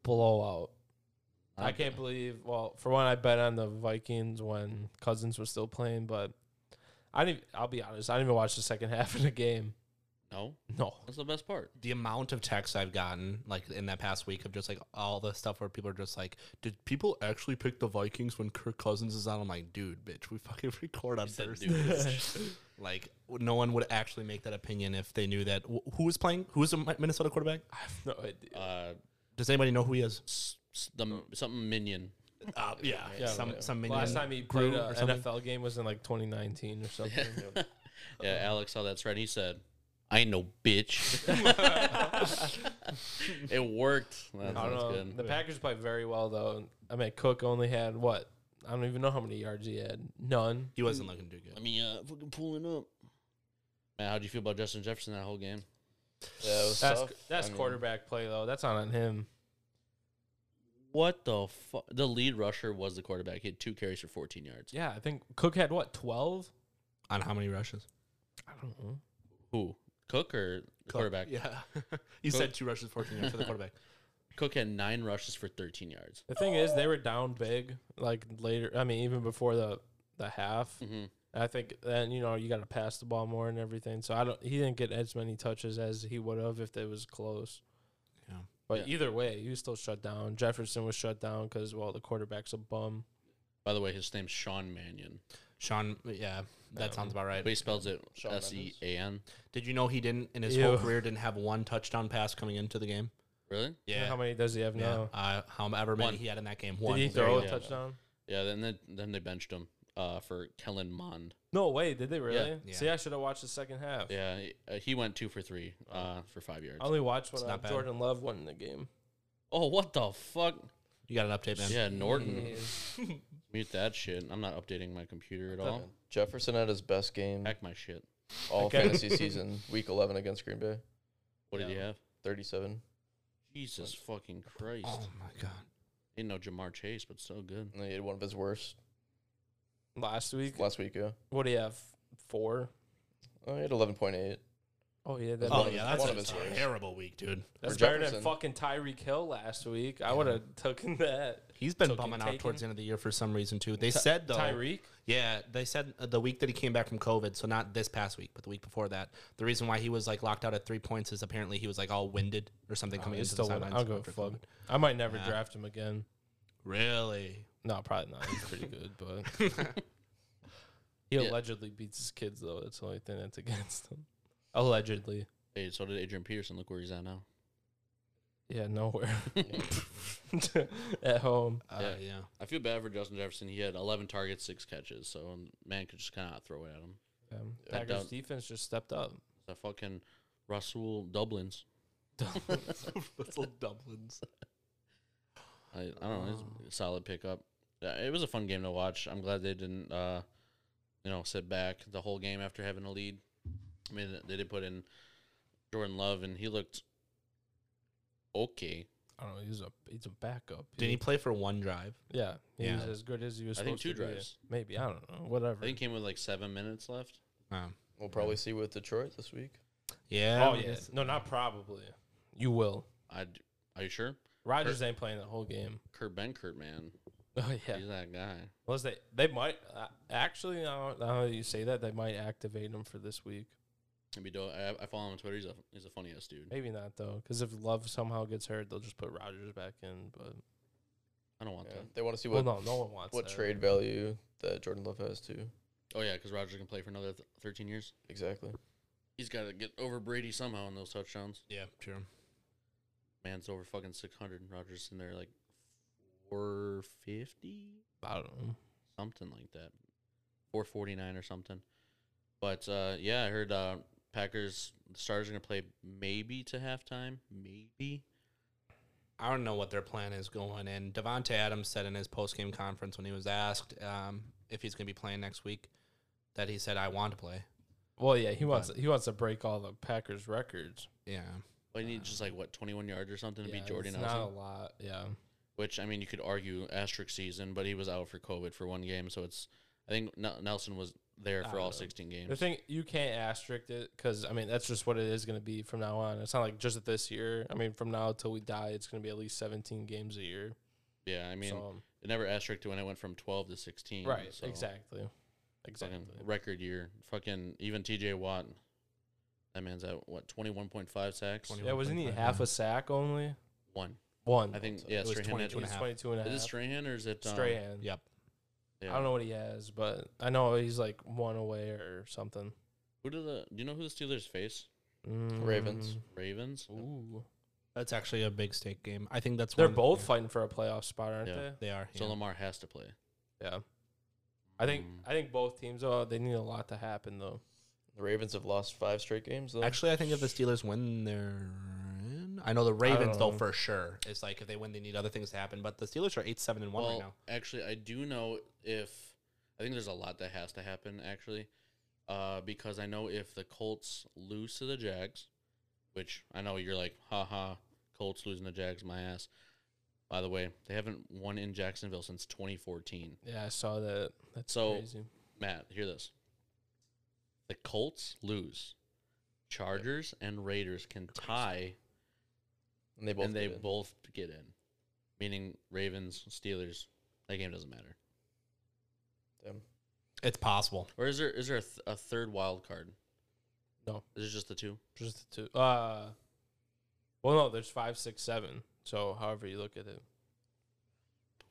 Speaker 2: Blowout. I
Speaker 1: Um,
Speaker 2: can't believe. Well, for one, I bet on the Vikings when Cousins was still playing, but I didn't. I'll be honest. I didn't even watch the second [LAUGHS] half of the game.
Speaker 1: No,
Speaker 2: No,
Speaker 1: that's the best part.
Speaker 3: The amount of texts I've gotten, like in that past week, of just like all the stuff where people are just like, "Did people actually pick the Vikings when Kirk Cousins is out?" I'm like, "Dude, bitch, we fucking [LAUGHS] record on
Speaker 1: said,
Speaker 3: Thursday." [LAUGHS]
Speaker 2: [LAUGHS]
Speaker 3: like, w- no one would actually make that opinion if they knew that wh- who was playing, who was the Mi- Minnesota quarterback.
Speaker 2: I have no idea.
Speaker 1: Uh,
Speaker 3: Does anybody know who he is?
Speaker 1: s- s-
Speaker 2: Oh.
Speaker 1: the something minion.
Speaker 3: Uh, yeah,
Speaker 2: Yeah,
Speaker 3: some
Speaker 2: whatever.
Speaker 3: some minion
Speaker 2: Last time he
Speaker 3: crew
Speaker 2: played an
Speaker 3: or something.
Speaker 2: NFL game was in like 2019 or something.
Speaker 1: [LAUGHS] Yeah, Alex saw that thread. He said, "I ain't no
Speaker 2: [LAUGHS]
Speaker 1: bitch." [LAUGHS] it worked. That's,
Speaker 2: I don't
Speaker 1: that's
Speaker 2: know.
Speaker 1: good.
Speaker 2: The Packers played very well though. I mean, Cook only had what? I don't even know how many yards he had. None.
Speaker 3: He wasn't looking too
Speaker 1: Let
Speaker 3: good.
Speaker 1: me uh, fucking pull it up. Man, how do you feel about Justin Jefferson that whole game?
Speaker 4: Yeah, it was
Speaker 2: That's
Speaker 4: tough.
Speaker 2: that's
Speaker 4: I mean,
Speaker 2: quarterback play though. That's not on him.
Speaker 1: What the fuck? The lead rusher was the quarterback. He had two carries for 14 yards.
Speaker 2: Yeah, I think Cook had what 12.
Speaker 3: On how many rushes?
Speaker 2: I don't know.
Speaker 1: Who? Cook or the quarterback?
Speaker 3: Yeah, [LAUGHS] he said two rushes, fourteen yards for the quarterback.
Speaker 1: Cook had nine rushes for 13 yards.
Speaker 2: The thing is, they were down big, like later. I mean, even before the the half.
Speaker 1: Mm-hmm.
Speaker 2: And I think then you know you got to pass the ball more and everything. So I don't. He didn't get as many touches as he would have if it was close.
Speaker 3: Yeah.
Speaker 2: But
Speaker 1: Yeah.
Speaker 2: either way, he was still shut down. Jefferson was shut down because well, the quarterback's a bum.
Speaker 1: By the way, his name's Sean Mannion.
Speaker 3: Sean, yeah, that sounds about right.
Speaker 1: But he spells it
Speaker 4: Sean
Speaker 1: S E A N.
Speaker 3: Did you know he didn't in his whole
Speaker 2: Ew.
Speaker 3: career didn't have one touchdown pass coming into the game?
Speaker 1: Really?
Speaker 2: How many does he have
Speaker 3: yeah.
Speaker 2: now?
Speaker 3: Uh, however many
Speaker 1: One.
Speaker 3: he had in that game, one.
Speaker 2: Did he
Speaker 1: There you
Speaker 2: throw a
Speaker 1: go.
Speaker 2: touchdown?
Speaker 1: Yeah, then they, then they benched him uh, for Kellen Mond.
Speaker 2: No way. Did they really?
Speaker 1: Yeah.
Speaker 3: Yeah.
Speaker 2: See, I should have watched the second half.
Speaker 1: Yeah, he, uh, he went two for three uh, for five yards.
Speaker 2: I only watched
Speaker 3: It's
Speaker 2: when uh,
Speaker 3: not bad.
Speaker 2: Jordan Love won the game.
Speaker 1: Oh, what the fuck?
Speaker 3: You got an update, man.
Speaker 1: Yeah, Norton. Mute that shit. I'm not updating my computer at all.
Speaker 4: Jefferson had his best game
Speaker 1: Oh. Heck my shit.
Speaker 4: all
Speaker 2: Okay.
Speaker 1: [LAUGHS]
Speaker 4: fantasy season, week 11 against Green Bay,
Speaker 1: What did he have?
Speaker 4: 37.
Speaker 1: Jesus fucking Christ. [SIGHS]
Speaker 3: [LAUGHS] Oh my god.
Speaker 1: Ain't no Jamar Chase, but so good.
Speaker 4: And he had one of his worst
Speaker 2: Last week,
Speaker 4: last week, yeah.
Speaker 2: what do you have? Four.
Speaker 4: Oh, he had 11.8.
Speaker 2: Oh yeah,
Speaker 4: That's
Speaker 2: that
Speaker 4: one
Speaker 3: Oh
Speaker 4: of
Speaker 3: yeah,
Speaker 4: his-
Speaker 3: that's
Speaker 4: one
Speaker 3: a
Speaker 4: of his worst.
Speaker 3: terrible week, dude.
Speaker 2: That's
Speaker 4: Or
Speaker 2: better than
Speaker 4: Jefferson.
Speaker 2: fucking Tyreek Hill last week. I would have taken that.
Speaker 3: He's been
Speaker 2: So can
Speaker 3: bumming
Speaker 2: you
Speaker 3: out
Speaker 2: take
Speaker 3: towards the
Speaker 2: him?
Speaker 3: end of the year for some reason too. They said though,
Speaker 2: Tyreek?
Speaker 3: yeah, they said uh, the week that he came back from COVID, so not this past week, but the week before that. The reason why he was like locked out at three points is apparently he was like all winded or something coming
Speaker 2: He's
Speaker 3: into the
Speaker 2: Oh, still winning.
Speaker 3: sidelines.
Speaker 2: I'll go
Speaker 3: after
Speaker 2: fuck.
Speaker 3: COVID.
Speaker 2: I might never draft him again.
Speaker 3: Really?
Speaker 2: No, probably not. He's pretty good, but he
Speaker 1: Yeah.
Speaker 2: allegedly beats his kids though. That's the only thing that's against him. Allegedly.
Speaker 1: [LAUGHS] Hey, so did Adrian Peterson. Look where he's at now.
Speaker 2: Yeah, nowhere. [LAUGHS] at home.
Speaker 3: Uh, [LAUGHS] yeah.
Speaker 1: I feel bad for Justin Jefferson. He had 11 targets, six catches, so um, man could just kind of throw it at him.
Speaker 2: Um,
Speaker 1: I
Speaker 2: Packers
Speaker 1: doubt-
Speaker 2: defense just stepped up.
Speaker 1: The fucking Russell Dublins.
Speaker 3: Russell Dublins.
Speaker 1: I, I don't know. It's a solid pickup. Uh, It was a fun game to watch. I'm glad they didn't, uh, you know, sit back the whole game after having a lead. I mean, they did put in Jordan Love, and he looked okay.
Speaker 2: I don't know. He's a he's a backup.
Speaker 3: Did he play for one drive?
Speaker 2: Yeah, he was
Speaker 3: Yeah.
Speaker 2: as good as he was.
Speaker 1: I think
Speaker 2: supposed
Speaker 1: two
Speaker 2: to be.
Speaker 1: drives.
Speaker 2: Maybe I don't know.
Speaker 1: I
Speaker 2: Whatever.
Speaker 1: think he came with like seven minutes left.
Speaker 3: Um,
Speaker 4: We'll probably see with Detroit this week.
Speaker 3: yeah.
Speaker 2: oh yeah. No, not probably. You will.
Speaker 1: I d- are you sure?
Speaker 2: Rogers ain't playing the whole game.
Speaker 1: Kurt Benkert, man,
Speaker 2: Oh yeah.
Speaker 1: he's that guy.
Speaker 2: Unless they they might uh, actually. Now, now that you say that, they might activate him for this week.
Speaker 1: It'd be dope. I, I follow him on Twitter. He's a he's a funny ass dude.
Speaker 2: Maybe not though, because if Love somehow gets hurt, they'll just put Rogers back in. But
Speaker 1: I don't want
Speaker 4: Yeah. They want to see
Speaker 2: well,
Speaker 4: what
Speaker 2: no, no one wants
Speaker 4: what
Speaker 2: that.
Speaker 4: trade value that Jordan Love has too.
Speaker 1: that. Oh yeah, because Rogers can play for another th- 13 years.
Speaker 4: Exactly.
Speaker 1: He's got to get over Brady somehow in those touchdowns.
Speaker 3: Yeah, sure.
Speaker 1: Man's over fucking 600. and Rogers in there like 450,
Speaker 2: I don't know.
Speaker 1: something like that, 449 or something. But uh, yeah, I heard uh, Packers the Stars are gonna play maybe to halftime, maybe.
Speaker 3: I don't know what their plan is going in. Devonte Adams said in his post-game conference when he was asked um, if he's going to be playing next week that he said, "I want to play."
Speaker 2: Well, yeah, he wants he wants to break all the Packers records.
Speaker 3: Yeah,
Speaker 1: But he needs just like what 21 yards or something to
Speaker 2: yeah,
Speaker 1: beat Jordy
Speaker 2: it's
Speaker 1: Nelson.
Speaker 2: not a lot. Yeah,
Speaker 1: which I mean, you could argue asterisk season, but he was out for COVID for one game, so it's I think N- Nelson was there
Speaker 2: I
Speaker 1: for all
Speaker 2: don't know.
Speaker 1: 16
Speaker 2: the
Speaker 1: games.
Speaker 2: thing you can't asterisk it because I mean that's just what it is going to be from now on. It's not like just this year. I mean, from now till we die, it's going to be at least seventeen games a year.
Speaker 1: Yeah, I mean,
Speaker 2: so, um,
Speaker 1: it never asterisked when it went from 12 to 16.
Speaker 2: right,
Speaker 1: so
Speaker 2: exactly,
Speaker 1: fucking
Speaker 2: exactly.
Speaker 1: Record year, fucking even T.J. Watt. That man's at what 21.5 sacks.
Speaker 3: 21.
Speaker 2: Yeah, wasn't he
Speaker 3: 1.5,
Speaker 2: half
Speaker 3: yeah.
Speaker 2: a sack only?
Speaker 1: One,
Speaker 2: One,
Speaker 1: I think.
Speaker 2: So
Speaker 1: Yeah,
Speaker 3: it was
Speaker 1: Strahan.
Speaker 3: 20
Speaker 1: had-
Speaker 2: He was
Speaker 3: half.
Speaker 2: 22 and a half.
Speaker 1: Is it Strahan or is it um,
Speaker 2: Strahan.
Speaker 3: Yep.
Speaker 1: Yeah.
Speaker 2: I don't know what he has, but I know he's like one away or something.
Speaker 1: Who do the? Do you know who the Steelers face?
Speaker 4: Ravens.
Speaker 2: Mm.
Speaker 1: Ravens.
Speaker 2: Ooh.
Speaker 3: That's actually a big stake game. I think that's
Speaker 2: They're
Speaker 3: one-
Speaker 2: both
Speaker 3: yeah,
Speaker 2: fighting for a playoff spot, aren't
Speaker 1: Yeah.
Speaker 3: They are.
Speaker 1: So
Speaker 3: yeah.
Speaker 1: Lamar has to play.
Speaker 2: they? Yeah. I think
Speaker 1: Mm.
Speaker 2: I think both teams oh they need a lot to happen though.
Speaker 4: The Ravens have lost five straight games though.
Speaker 3: Actually, I think if the Steelers win, they're in. I know the Ravens though
Speaker 2: know.
Speaker 3: for sure. It's like if they win, they need other things to happen. But the Steelers are eight, seven, and one right now.
Speaker 1: Actually, I do know if I think there's a lot that has to happen actually, uh, because I know if the Colts lose to the Jags, which I know you're like, haha, Colts losing the Jags, my ass. By the way, they haven't won in Jacksonville since 2014.
Speaker 2: Yeah, I saw that. That's
Speaker 1: So-
Speaker 2: crazy.
Speaker 1: Matt, hear this: the Colts lose, Chargers and Raiders can tie,
Speaker 4: and they both
Speaker 1: and they
Speaker 4: get in.
Speaker 1: both get in, meaning Ravens, Steelers. That game doesn't matter.
Speaker 4: Damn.
Speaker 3: It's possible.
Speaker 1: Or is there is there a, th- a third wild card?
Speaker 2: No.
Speaker 1: Is it just the two?
Speaker 2: Just the two. Uh well no, there's five, six, seven. So however you look at it.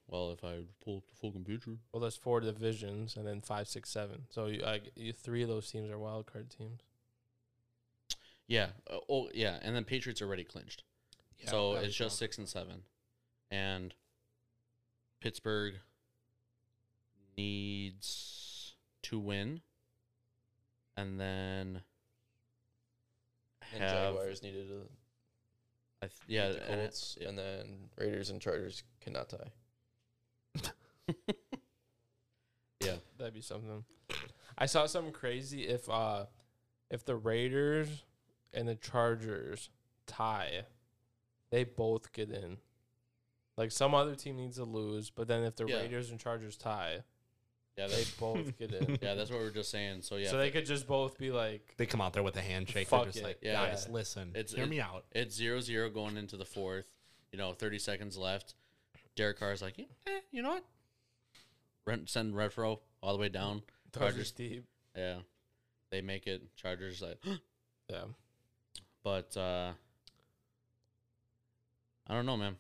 Speaker 1: Well, if I pull up the full computer,
Speaker 2: Well there's four divisions and then five, six, seven. So you, I, you three of those teams are wild card teams.
Speaker 1: yeah. Uh, oh, yeah. And then Patriots already clinched,
Speaker 3: Yeah,
Speaker 1: so
Speaker 3: that'd be
Speaker 1: it's just
Speaker 3: fun.
Speaker 1: six and seven, and Pittsburgh needs to win, and then
Speaker 4: And
Speaker 1: have
Speaker 4: Jaguars needed to
Speaker 1: I th- yeah,
Speaker 4: beat the
Speaker 1: and it-
Speaker 4: Colts, and, then Raiders and Chargers cannot tie.
Speaker 2: That'd be something. I saw something crazy if uh if the Raiders and the Chargers tie, they both get in. Like some other team needs to lose, but then if the
Speaker 1: Yeah.
Speaker 2: Raiders and Chargers tie,
Speaker 1: yeah, [LAUGHS]
Speaker 2: they
Speaker 1: that's,
Speaker 2: both get in.
Speaker 1: yeah. That's what we were just saying. So yeah,
Speaker 2: so they could just both be like,
Speaker 3: They come out there with a handshake. They're
Speaker 2: Fuck
Speaker 3: just
Speaker 2: it.
Speaker 3: like,
Speaker 1: Yeah.
Speaker 3: guys, listen,
Speaker 1: It's-
Speaker 3: hear
Speaker 1: it's-
Speaker 3: me out.
Speaker 1: It's zero zero going into the fourth. You know, 30 seconds left. Derek Carr's like, "Yeah, eh, you know what? Rent, send Renfro all the way down. Chargers.
Speaker 2: Chargers deep.
Speaker 1: Yeah. They make it. Chargers like, [GASPS]
Speaker 2: Yeah.
Speaker 1: but uh I don't know, man.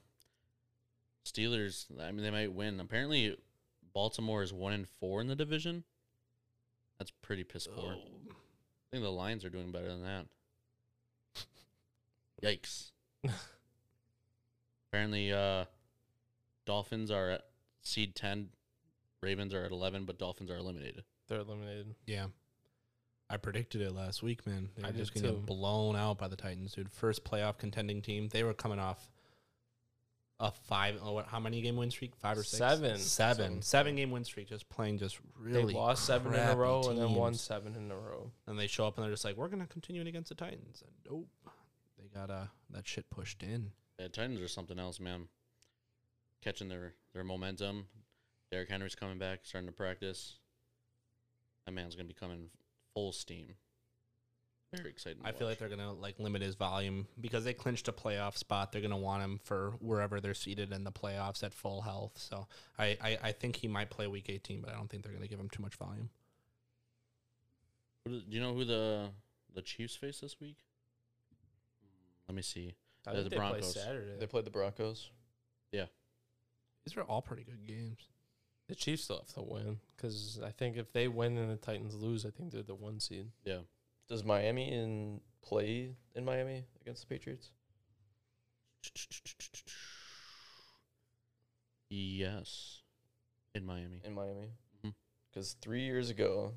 Speaker 1: Steelers, I mean they might win. Apparently Baltimore is 1 and 4 in the division. That's pretty piss poor. I think the Lions are doing better than
Speaker 3: [LAUGHS]
Speaker 1: that. Yikes. Apparently, uh, Dolphins are at seed ten. Ravens are at eleven, but Dolphins are eliminated.
Speaker 2: They're eliminated.
Speaker 3: Yeah. I predicted it last week, man. They
Speaker 2: I
Speaker 3: were
Speaker 2: did
Speaker 3: just going to
Speaker 2: too.
Speaker 3: get blown out by the Titans, dude. First playoff contending team. They were coming off a five, oh, what, how many game win streak? Five or six?
Speaker 2: Seven.
Speaker 3: Seven.
Speaker 4: Seven.
Speaker 3: Seven game win streak, just playing just really.
Speaker 2: they lost seven in a
Speaker 3: crappy
Speaker 2: row and then won
Speaker 3: teams.
Speaker 2: seven in a row.
Speaker 3: And they show up and they're just like, we're going to continue it against the Titans. And nope. They got uh, that shit pushed in.
Speaker 1: Yeah, Titans are something else, man. Catching their their momentum. Derrick Henry's coming back, starting to practice. That man's gonna be coming full steam. Very exciting. to
Speaker 3: I feel like
Speaker 1: watch.
Speaker 3: they're gonna like limit his volume because they clinched a playoff spot. They're gonna want him for wherever they're seated in the playoffs at full health. So I, I, I think he might play week eighteen, but I don't think they're gonna give him too much volume.
Speaker 1: Who do- Do you know who the the Chiefs face this week? Let me see.
Speaker 2: I
Speaker 1: Yeah, the
Speaker 2: think they play
Speaker 1: Broncos.
Speaker 2: Saturday.
Speaker 4: They played the Broncos.
Speaker 3: These are all pretty good games.
Speaker 2: the Chiefs still have to win because I think if they win and the Titans lose, I think they're the one seed.
Speaker 1: Yeah,
Speaker 4: Does Miami in play in Miami against the Patriots?
Speaker 1: yes, in Miami.
Speaker 4: In Miami,
Speaker 2: Mm-hmm.
Speaker 1: Mhm.
Speaker 4: because three years ago,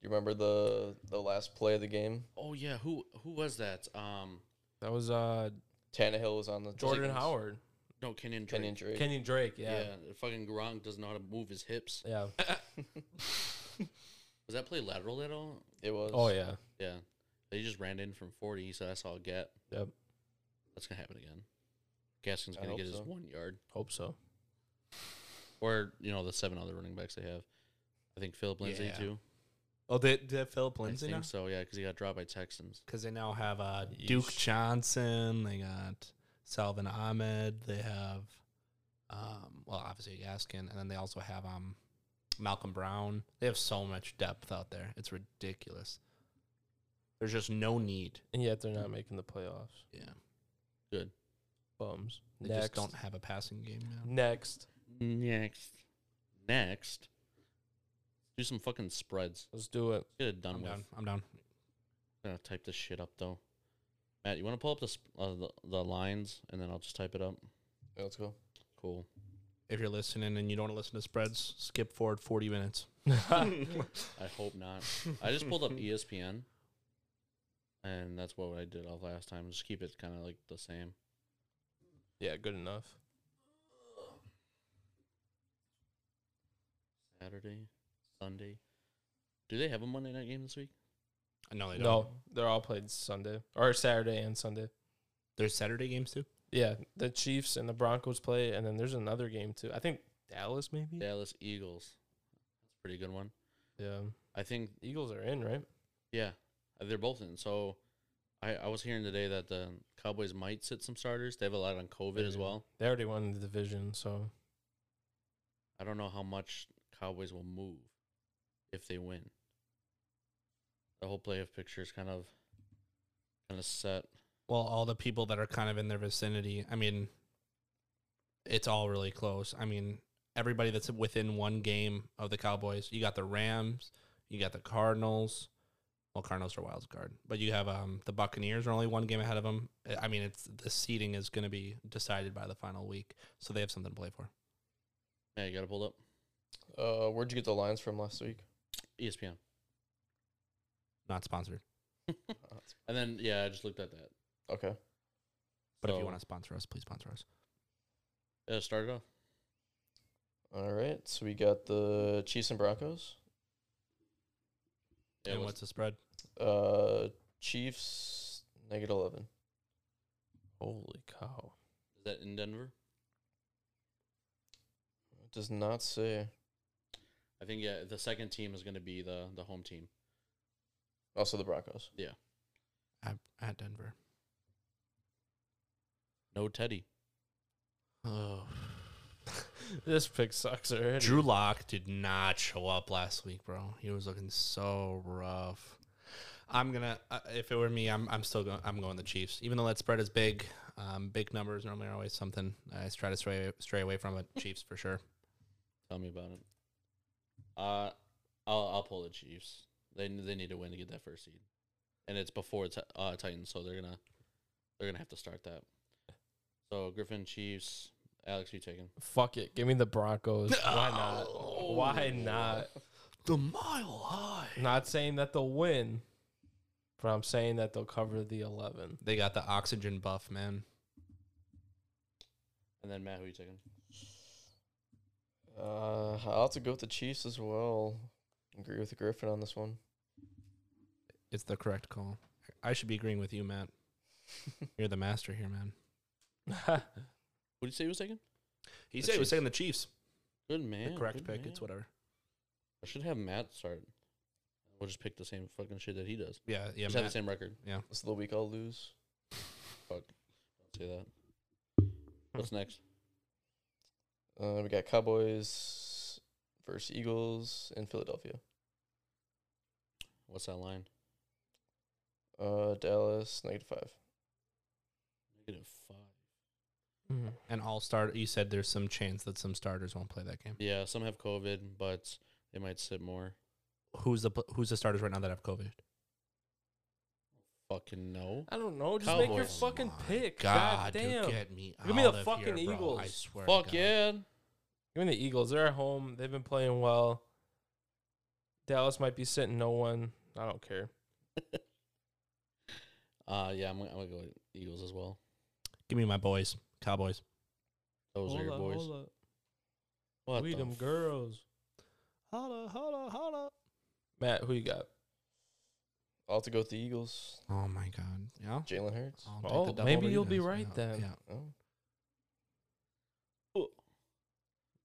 Speaker 4: you remember the the last play of the game?
Speaker 1: Oh yeah, who who was that? Um,
Speaker 2: That was uh,
Speaker 4: Tannehill was on the
Speaker 2: Jordan Howard,
Speaker 1: no, Kenyon Drake.
Speaker 4: Kenyon Drake.
Speaker 2: Kenyon Drake.
Speaker 1: Yeah.
Speaker 2: Yeah,
Speaker 1: fucking Gronk doesn't know how to move his hips.
Speaker 2: yeah.
Speaker 1: Was that play lateral at all?
Speaker 4: it was.
Speaker 2: Oh yeah,
Speaker 1: Yeah, they just ran in from forty, so that's all gap.
Speaker 2: Yep.
Speaker 1: that's gonna happen again. Gaskin's
Speaker 4: I
Speaker 1: gonna
Speaker 4: hope
Speaker 1: get his
Speaker 4: so.
Speaker 1: one yard,
Speaker 2: hope so.
Speaker 1: or you know the seven other running backs they have. I think Philip Lindsay
Speaker 3: Yeah.
Speaker 1: too.
Speaker 3: [LAUGHS] Oh, they, they have Philip Lindsay
Speaker 1: I
Speaker 3: now
Speaker 1: think so. Yeah, because he got dropped by Texans.
Speaker 3: because they now have uh, Duke
Speaker 2: Yeesh.
Speaker 3: Johnson. They got Salvin Ahmed. They have um, well, obviously Gaskin, and then they also have um, Malcolm Brown. They have so much depth out there. It's ridiculous. There's just no need.
Speaker 2: And yet they're not making the playoffs.
Speaker 3: Yeah.
Speaker 2: Bums.
Speaker 3: They just
Speaker 2: Next.
Speaker 3: don't have a passing game now.
Speaker 2: Next.
Speaker 1: Next, next, do some fucking spreads.
Speaker 2: Let's do it.
Speaker 1: Get it done
Speaker 3: I'm
Speaker 1: with.
Speaker 3: down. I'm down.
Speaker 1: I'm gonna uh, type this shit up though. Matt, you want to pull up the, sp- uh, the the lines and then I'll just type it up.
Speaker 4: Yeah, let's go.
Speaker 1: Cool.
Speaker 3: If you're listening and you don't want to listen to spreads, skip forward 40 minutes.
Speaker 1: [LAUGHS] I hope not. I just
Speaker 3: [LAUGHS]
Speaker 1: pulled up E ESPN, and that's what I did all last time. Just keep it kind of like the same.
Speaker 2: Yeah, good enough.
Speaker 1: Saturday, Sunday. Do they have a Monday night game this week?
Speaker 3: No, they don't.
Speaker 2: No, they're all played Sunday or Saturday and Sunday.
Speaker 3: There's Saturday games too.
Speaker 2: Yeah, the Chiefs and the Broncos play, and then there's another game too. I think Dallas maybe.
Speaker 1: Dallas Eagles. That's a pretty good one.
Speaker 2: Yeah,
Speaker 1: I think.
Speaker 2: Eagles are in, right?
Speaker 1: Yeah, they're both in. So, I I was hearing today that the Cowboys might sit some starters. They have a lot on COVID as
Speaker 2: Yeah.
Speaker 1: well.
Speaker 2: They already won the division, so
Speaker 1: I don't know how much Cowboys will move if they win. The whole playoff picture is kind of kind of set.
Speaker 3: well, all the people that are kind of in their vicinity. I mean, it's all really close. I mean, everybody that's within one game of the Cowboys. You got the Rams, you got the Cardinals. Well, Cardinals are wild card, but you have um the Buccaneers are only one game ahead of them. I- I mean, it's the seeding is going to be decided by the final week, so they have something to play for.
Speaker 1: Yeah, you got to pull up
Speaker 4: Uh, where'd you get the lines from last week?
Speaker 1: ESPN.
Speaker 3: Not sponsored,
Speaker 1: And then yeah, I just looked at that.
Speaker 4: Okay.
Speaker 3: but if you
Speaker 1: So-
Speaker 3: want to sponsor us, please sponsor us.
Speaker 1: Yeah, started off.
Speaker 4: All right. So we got the Chiefs and Broncos.
Speaker 1: Yeah,
Speaker 3: and
Speaker 1: what's-
Speaker 3: what's the spread?
Speaker 4: Uh, Chiefs negative eleven.
Speaker 2: holy cow!
Speaker 1: is that in Denver?
Speaker 4: It does not say.
Speaker 1: I think yeah, the second team is going to be the the home team.
Speaker 4: Also the Broncos.
Speaker 3: At, at Denver.
Speaker 1: No Teddy.
Speaker 3: Oh.
Speaker 2: This pick sucks already.
Speaker 3: Drew Lock did not show up last week, bro. He was looking so rough. I'm gonna. Uh, if it were me, I'm. I'm still going. I'm going the Chiefs, even though that spread is big. Um, big numbers normally are always something. I just try to stray stray away from it. Chiefs for sure.
Speaker 1: Tell me about it. Uh, I'll I'll pull the Chiefs. They they need to win to get that first seed, and it's before t- uh, Titans, so they're gonna they're gonna have to start that. So Griffin Chiefs Alex, you taking?
Speaker 2: Fuck it. Give me the Broncos. Why not? Why not?
Speaker 3: The mile high.
Speaker 2: Not saying that they'll win, but I'm saying that they'll cover the [LAUGHS] 11.
Speaker 3: They got the oxygen buff, man.
Speaker 1: And then Matt, who you taking?
Speaker 4: Uh, I'll have to go with the Chiefs as well. Agree with Griffin on this one.
Speaker 3: It's the correct call. I should be agreeing with
Speaker 1: [LAUGHS]
Speaker 3: you, Matt. You're the master here, man.
Speaker 2: Hmm.
Speaker 1: What did you say he was taking?
Speaker 3: He
Speaker 1: The
Speaker 3: said he was
Speaker 1: Chiefs.
Speaker 3: taking the Chiefs.
Speaker 1: Good man.
Speaker 3: the correct
Speaker 1: good
Speaker 3: pick.
Speaker 1: man.
Speaker 3: It's whatever.
Speaker 1: I should have Matt start. We'll just pick the same fucking shit that he does.
Speaker 3: Yeah, yeah.
Speaker 1: just have
Speaker 3: Matt,
Speaker 1: the same record.
Speaker 4: This is the week I'll lose.
Speaker 1: Don't say that.
Speaker 3: Hmm.
Speaker 1: What's next?
Speaker 4: Uh, we got Cowboys versus Eagles in Philadelphia.
Speaker 1: What's that line?
Speaker 4: Uh, Dallas negative five.
Speaker 1: Negative five.
Speaker 3: and all start. You said there's some chance that some starters won't play that game.
Speaker 1: Yeah, some have COVID, but they might sit more.
Speaker 3: Who's the pl- who's the starters right now that have COVID?
Speaker 1: Fucking no.
Speaker 2: I don't know. Just make your
Speaker 1: Cowboys.
Speaker 2: fucking
Speaker 3: My
Speaker 2: pick. God,
Speaker 3: God,
Speaker 2: damn.
Speaker 3: You get me.
Speaker 2: Give me the
Speaker 3: out of
Speaker 2: fucking
Speaker 3: here, bro. I
Speaker 2: Eagles.
Speaker 3: swear. to
Speaker 1: Fuck
Speaker 3: God.
Speaker 1: yeah.
Speaker 2: Give me the Eagles. They're at home. They've been playing well. Dallas might be sitting no one. I don't care.
Speaker 1: Uh, yeah, I'm, gonna- I'm going to go with Eagles as well.
Speaker 3: Give me my boys, Cowboys.
Speaker 1: Those are your boys. What
Speaker 2: We
Speaker 1: the
Speaker 2: them
Speaker 1: f-
Speaker 2: girls.
Speaker 3: Holla, holla, holla.
Speaker 2: Matt, who you got?
Speaker 4: I'll have to go with the Eagles.
Speaker 3: Oh my God. Yeah.
Speaker 4: Jalen Hurts.
Speaker 3: I'll
Speaker 2: Oh,
Speaker 3: double
Speaker 2: maybe
Speaker 3: over you
Speaker 2: you'll be
Speaker 3: guys.
Speaker 2: right
Speaker 3: Yeah,
Speaker 2: then.
Speaker 3: Yeah.
Speaker 4: Oh,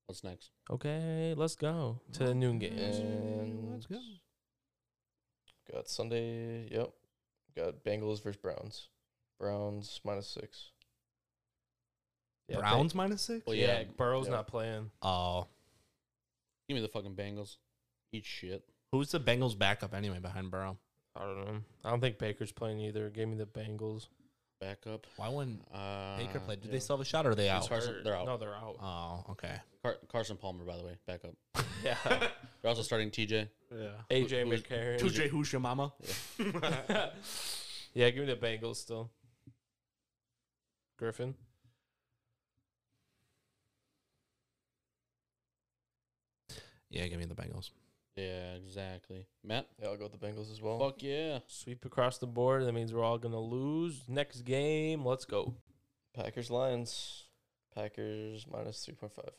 Speaker 1: What's next?
Speaker 2: Okay, let's go to the noon game.
Speaker 4: Yeah.
Speaker 3: Let's go.
Speaker 4: And- got Sunday. Yep. Got Bengals versus Browns. Browns minus six.
Speaker 2: Yeah,
Speaker 3: Browns minus six.
Speaker 1: Well,
Speaker 2: Yeah,
Speaker 1: yeah.
Speaker 2: Burrow's
Speaker 4: yeah.
Speaker 2: not playing.
Speaker 3: Oh,
Speaker 1: Give me the fucking Bengals. Eat shit.
Speaker 3: who's the Bengals backup anyway behind Burrow?
Speaker 2: I don't know. I don't think Baker's playing either. Give me the Bengals.
Speaker 1: Back up.
Speaker 3: Why wouldn't
Speaker 1: Uh,
Speaker 3: Baker play? Do
Speaker 1: yeah.
Speaker 3: they still have a shot or are they
Speaker 1: It's
Speaker 3: out?
Speaker 1: hard- Carson-
Speaker 2: Hurt.
Speaker 1: they're out.
Speaker 2: No, they're out.
Speaker 3: Oh, okay.
Speaker 1: Car- Carson Palmer, by the way, back up.
Speaker 2: [LAUGHS] yeah.
Speaker 1: They're also starting TJ.
Speaker 3: Yeah.
Speaker 2: AJ
Speaker 1: Who's-
Speaker 2: McCarron.
Speaker 3: Two J. Who's your mama?
Speaker 2: [LAUGHS] yeah, give me the Bengals still. Griffin.
Speaker 3: Yeah, give me the Bengals.
Speaker 1: Yeah, exactly. Matt?
Speaker 4: Yeah, I'll go with the Bengals as well.
Speaker 1: Fuck yeah.
Speaker 2: Sweep across the board. That means we're all gonna lose. Next game. Let's go.
Speaker 4: Packers Lions. Packers minus three point five.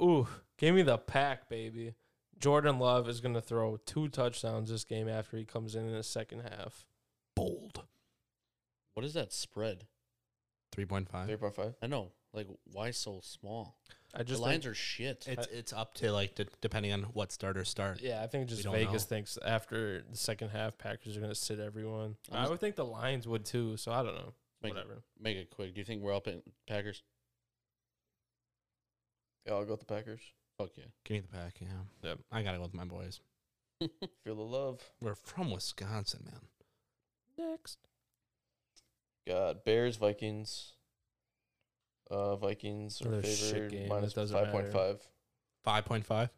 Speaker 2: Ooh, give me the pack, baby. Jordan Love is gonna throw two touchdowns this game after he comes in in the second half.
Speaker 3: Bold.
Speaker 1: What is that spread?
Speaker 3: Three point five.
Speaker 4: Three point five.
Speaker 1: I know. Like, why so small?
Speaker 2: I just
Speaker 1: the
Speaker 2: think-
Speaker 1: lines are shit.
Speaker 3: It's it's up to like de- depending on what starters start.
Speaker 2: Yeah, I think
Speaker 3: We
Speaker 2: just
Speaker 3: don't
Speaker 2: Vegas
Speaker 3: know.
Speaker 2: thinks after the second half, Packers are going to sit everyone.
Speaker 1: I'm
Speaker 2: I
Speaker 1: s-
Speaker 2: would think the Lions would too. So I don't know.
Speaker 1: Make-
Speaker 2: Whatever.
Speaker 1: Make it quick. Do you think we're up in Packers?
Speaker 4: Yeah, I'll go with the Packers.
Speaker 1: Fuck yeah. [LAUGHS]
Speaker 3: Give me the pack. Yeah.
Speaker 2: Yep.
Speaker 3: I gotta go with my boys.
Speaker 4: Feel the love.
Speaker 3: We're from Wisconsin, man.
Speaker 2: Next.
Speaker 4: Got Bears Vikings. Uh, Vikings are
Speaker 2: Another shit
Speaker 4: favored
Speaker 2: game.
Speaker 4: minus
Speaker 2: It doesn't
Speaker 4: five point five.
Speaker 3: Five point five.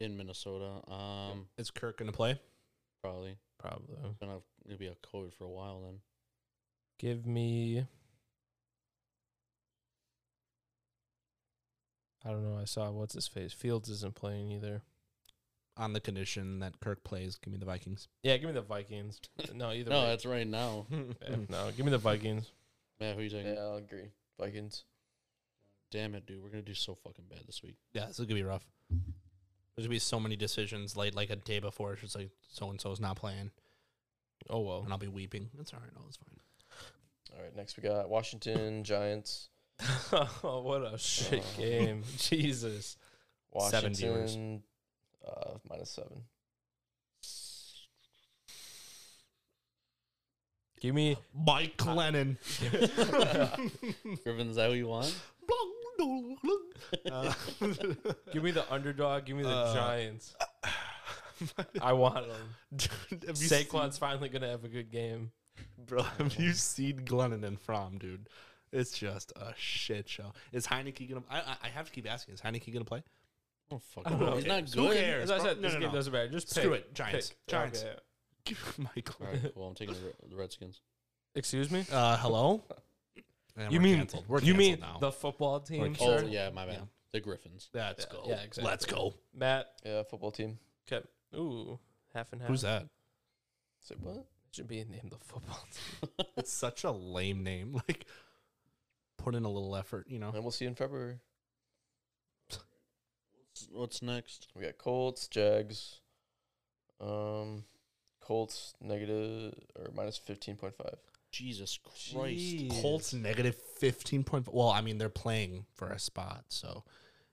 Speaker 1: in Minnesota. Um,
Speaker 3: Is Kirk gonna play?
Speaker 1: probably
Speaker 2: Probably.
Speaker 1: gonna have, gonna be a COVID for a while then.
Speaker 2: Give me. I don't know. I saw what's his face. Fields isn't playing either.
Speaker 3: On the condition that Kirk plays, give me the Vikings.
Speaker 2: Yeah, give me the
Speaker 1: [LAUGHS]
Speaker 2: Vikings. No, either
Speaker 1: no,
Speaker 2: way.
Speaker 1: that's right now.
Speaker 2: Yeah, no, give me the Vikings.
Speaker 1: Matt, who you taking?
Speaker 4: Yeah, I'll agree. Vikings.
Speaker 1: Damn it, dude, we're gonna do so fucking bad this week.
Speaker 3: Yeah, this is gonna be rough. There's gonna be so many decisions late, like a day before. It's just like so and so's not playing,
Speaker 2: Oh well.
Speaker 3: and I'll be weeping. It's all right. No, it's fine.
Speaker 4: All right, next we got Washington Giants.
Speaker 2: oh, [LAUGHS] what a shit
Speaker 3: [LAUGHS]
Speaker 4: Uh.
Speaker 2: game. Jesus.
Speaker 3: Seven viewers.
Speaker 4: Washington uh, minus seven.
Speaker 2: Give me
Speaker 3: Mike Lennon.
Speaker 1: Griffin, is that who you [LAUGHS]
Speaker 3: [LAUGHS]
Speaker 1: want?
Speaker 3: Uh,
Speaker 2: give [LAUGHS] me the underdog, give me the
Speaker 3: Uh.
Speaker 2: Giants. I want them.
Speaker 3: [LAUGHS] have you
Speaker 2: Saquon's finally gonna have a good game.
Speaker 3: Bro, [LAUGHS] have you seen Glennon and Fromm, dude? It's just a shit show. Is Heineke gonna? I I- I have to keep asking. Is Heineke gonna play?
Speaker 1: Oh fuck,
Speaker 3: I don't know.
Speaker 1: he's
Speaker 3: Who
Speaker 1: not
Speaker 3: cares? [LAUGHS] Who
Speaker 1: good.
Speaker 3: cares?
Speaker 2: As I
Speaker 3: bro?
Speaker 2: said,
Speaker 3: No,
Speaker 2: this
Speaker 3: no,
Speaker 2: game
Speaker 3: no.
Speaker 2: doesn't matter. Just
Speaker 3: Screw
Speaker 2: pick.
Speaker 3: it, Giants.
Speaker 2: Pick.
Speaker 3: Giants. [LAUGHS]
Speaker 2: Okay.
Speaker 3: Give me Mike
Speaker 1: All
Speaker 3: Glennon.
Speaker 1: right, cool. I'm taking the, Re- the Redskins.
Speaker 2: [LAUGHS] Excuse me.
Speaker 3: Uh, hello. And
Speaker 2: You
Speaker 3: we're
Speaker 2: mean-
Speaker 3: canceled. We're
Speaker 2: you
Speaker 3: canceled
Speaker 2: mean
Speaker 3: now.
Speaker 2: the football team?
Speaker 3: canceled.
Speaker 1: Oh
Speaker 2: sir?
Speaker 1: yeah, my bad.
Speaker 3: Yeah.
Speaker 1: The Griffins.
Speaker 3: Let's
Speaker 2: Yeah,
Speaker 3: go.
Speaker 2: yeah, exactly.
Speaker 3: Let's go.
Speaker 2: Matt
Speaker 4: Yeah, football team.
Speaker 2: kept ooh half and half.
Speaker 3: Who's that?
Speaker 4: It's like, what?
Speaker 2: Should be named the football team.
Speaker 3: It's such a lame name. [LAUGHS] Like, put in a little effort, you know.
Speaker 4: And we'll see you in February.
Speaker 1: What's next?
Speaker 4: We got Colts, Jags. Um, Colts negative or minus fifteen point five.
Speaker 1: Jesus Christ!
Speaker 3: Colts negative fifteen point. Well, I mean they're playing for a spot, so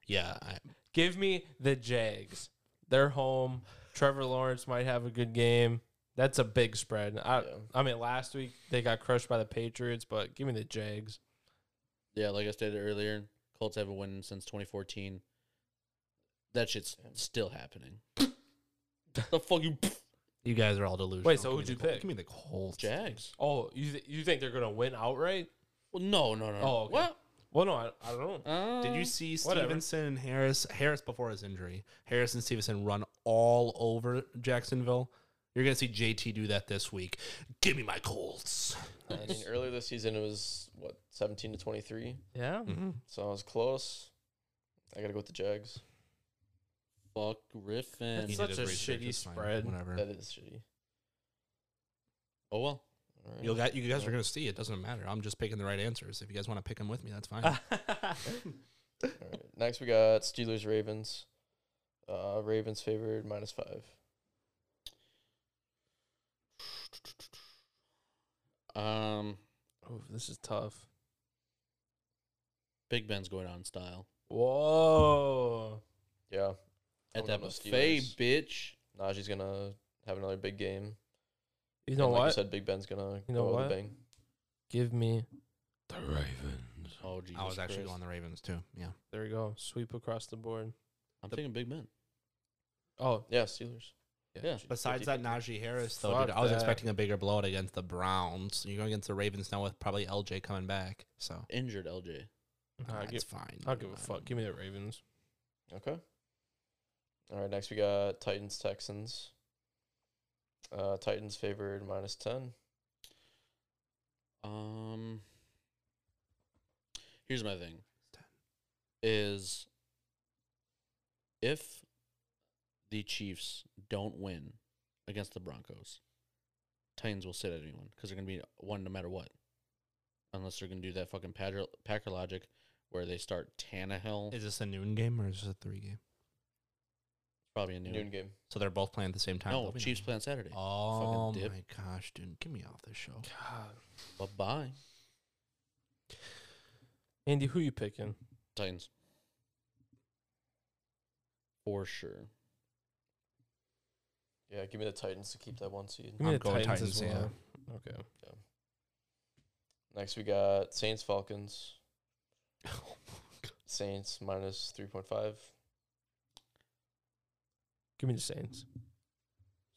Speaker 3: yeah. I,
Speaker 2: Give me the Jags. They're home. Trevor Lawrence might have a good game. That's a big spread. I
Speaker 4: Yeah.
Speaker 2: I mean, last week they got crushed by the Patriots, but give me the Jags.
Speaker 1: Yeah, like I stated earlier, Colts haven't won since 2014. That shit's still happening. [LAUGHS] the fuck you, [LAUGHS]
Speaker 3: you guys are all delusional.
Speaker 2: Wait, so
Speaker 3: Give me
Speaker 2: who'd
Speaker 3: the
Speaker 2: you
Speaker 3: Col-
Speaker 2: pick?
Speaker 3: Give me the Colts.
Speaker 1: Jags?
Speaker 2: Oh, you th- you think they're gonna win outright?
Speaker 1: Well, no, no, no. no.
Speaker 2: Oh, okay.
Speaker 1: what?
Speaker 2: Well, no, I, I don't know.
Speaker 3: Did you
Speaker 1: Um,
Speaker 3: see
Speaker 2: Mm, whatever.
Speaker 3: Stevenson and Harris? Harris before his injury, Harris and Stevenson run all over Jacksonville. You're gonna see JT do that this week. Give me my Colts.
Speaker 4: I mean, earlier this season it was what seventeen to twenty three,
Speaker 2: Yeah,
Speaker 4: so I was close. I gotta go with the Jags.
Speaker 1: Ah, fuck Griffin?
Speaker 2: That's
Speaker 3: You
Speaker 2: such
Speaker 3: did
Speaker 2: a
Speaker 3: research,
Speaker 2: shitty
Speaker 3: it's fine,
Speaker 2: spread.
Speaker 3: Whatever.
Speaker 4: That is shitty.
Speaker 1: Oh well.
Speaker 4: All right.
Speaker 3: You got you guys are gonna see. It doesn't matter. I'm just picking the right answers. If you guys want to pick them with me, that's
Speaker 2: Ah.
Speaker 3: fine.
Speaker 2: [LAUGHS]
Speaker 4: All right. Next we got Steelers Ravens. Uh, Ravens favored minus five.
Speaker 1: Um,
Speaker 2: Ooh, this is tough.
Speaker 1: Big Ben's going on style
Speaker 2: Whoa.
Speaker 4: Yeah,
Speaker 1: at
Speaker 4: I'm
Speaker 1: that
Speaker 4: going with
Speaker 1: buffet,
Speaker 4: Steelers.
Speaker 1: bitch.
Speaker 4: Najee's gonna have another big game.
Speaker 2: You know
Speaker 4: and like
Speaker 2: what?
Speaker 4: you said, Big Ben's gonna
Speaker 2: You know
Speaker 4: go
Speaker 2: what?
Speaker 4: with a bang.
Speaker 2: Give me the Ravens.
Speaker 1: Oh Jesus!
Speaker 3: I was actually
Speaker 1: Christ.
Speaker 3: going the Ravens too. Yeah.
Speaker 2: There we go. Sweep across the board.
Speaker 1: I'm
Speaker 3: the-
Speaker 1: thinking Big Ben.
Speaker 2: Oh,
Speaker 4: Yeah, Steelers.
Speaker 1: Yeah.
Speaker 3: Besides that, Najee Harris though,
Speaker 2: Fuck
Speaker 3: dude, I was
Speaker 2: that.
Speaker 3: expecting a bigger blowout against the Browns. You're going against the Ravens now with probably LJ coming back, so
Speaker 1: Injured LJ.
Speaker 2: Nah,
Speaker 3: that's
Speaker 2: give-
Speaker 3: fine.
Speaker 2: I'll give a fuck. Give me the Ravens.
Speaker 4: Okay. All right. Next we got Titans Texans. Uh, Titans favored minus ten.
Speaker 1: Um, here's my thing:
Speaker 3: Ten.
Speaker 1: is if the Chiefs don't win against the Broncos, Titans will sit at anyone because they're gonna be one no matter what, unless they're gonna do that fucking Packer, Packer logic where they start Tannehill.
Speaker 3: Is this a noon game or is this a three game?
Speaker 1: probably a new.
Speaker 4: Noon game.
Speaker 3: So they're both playing at the same time.
Speaker 1: No,
Speaker 3: They'll be
Speaker 1: Chiefs
Speaker 3: noon.
Speaker 1: playing Saturday.
Speaker 3: Oh
Speaker 1: Fucking dip.
Speaker 3: my gosh, dude, get me off this show.
Speaker 2: God.
Speaker 1: Bye bye,
Speaker 2: Andy, who you picking?
Speaker 1: Titans. For sure.
Speaker 4: Yeah, give me the Titans to keep that one seed.
Speaker 2: Give me
Speaker 3: I'm
Speaker 2: the
Speaker 3: going
Speaker 2: Titans, as
Speaker 3: Titans,
Speaker 2: well. Okay.
Speaker 4: Next we got
Speaker 2: [LAUGHS]
Speaker 4: Saints Falcons.
Speaker 2: Oh
Speaker 4: Saints minus three point five.
Speaker 2: Give me the Saints.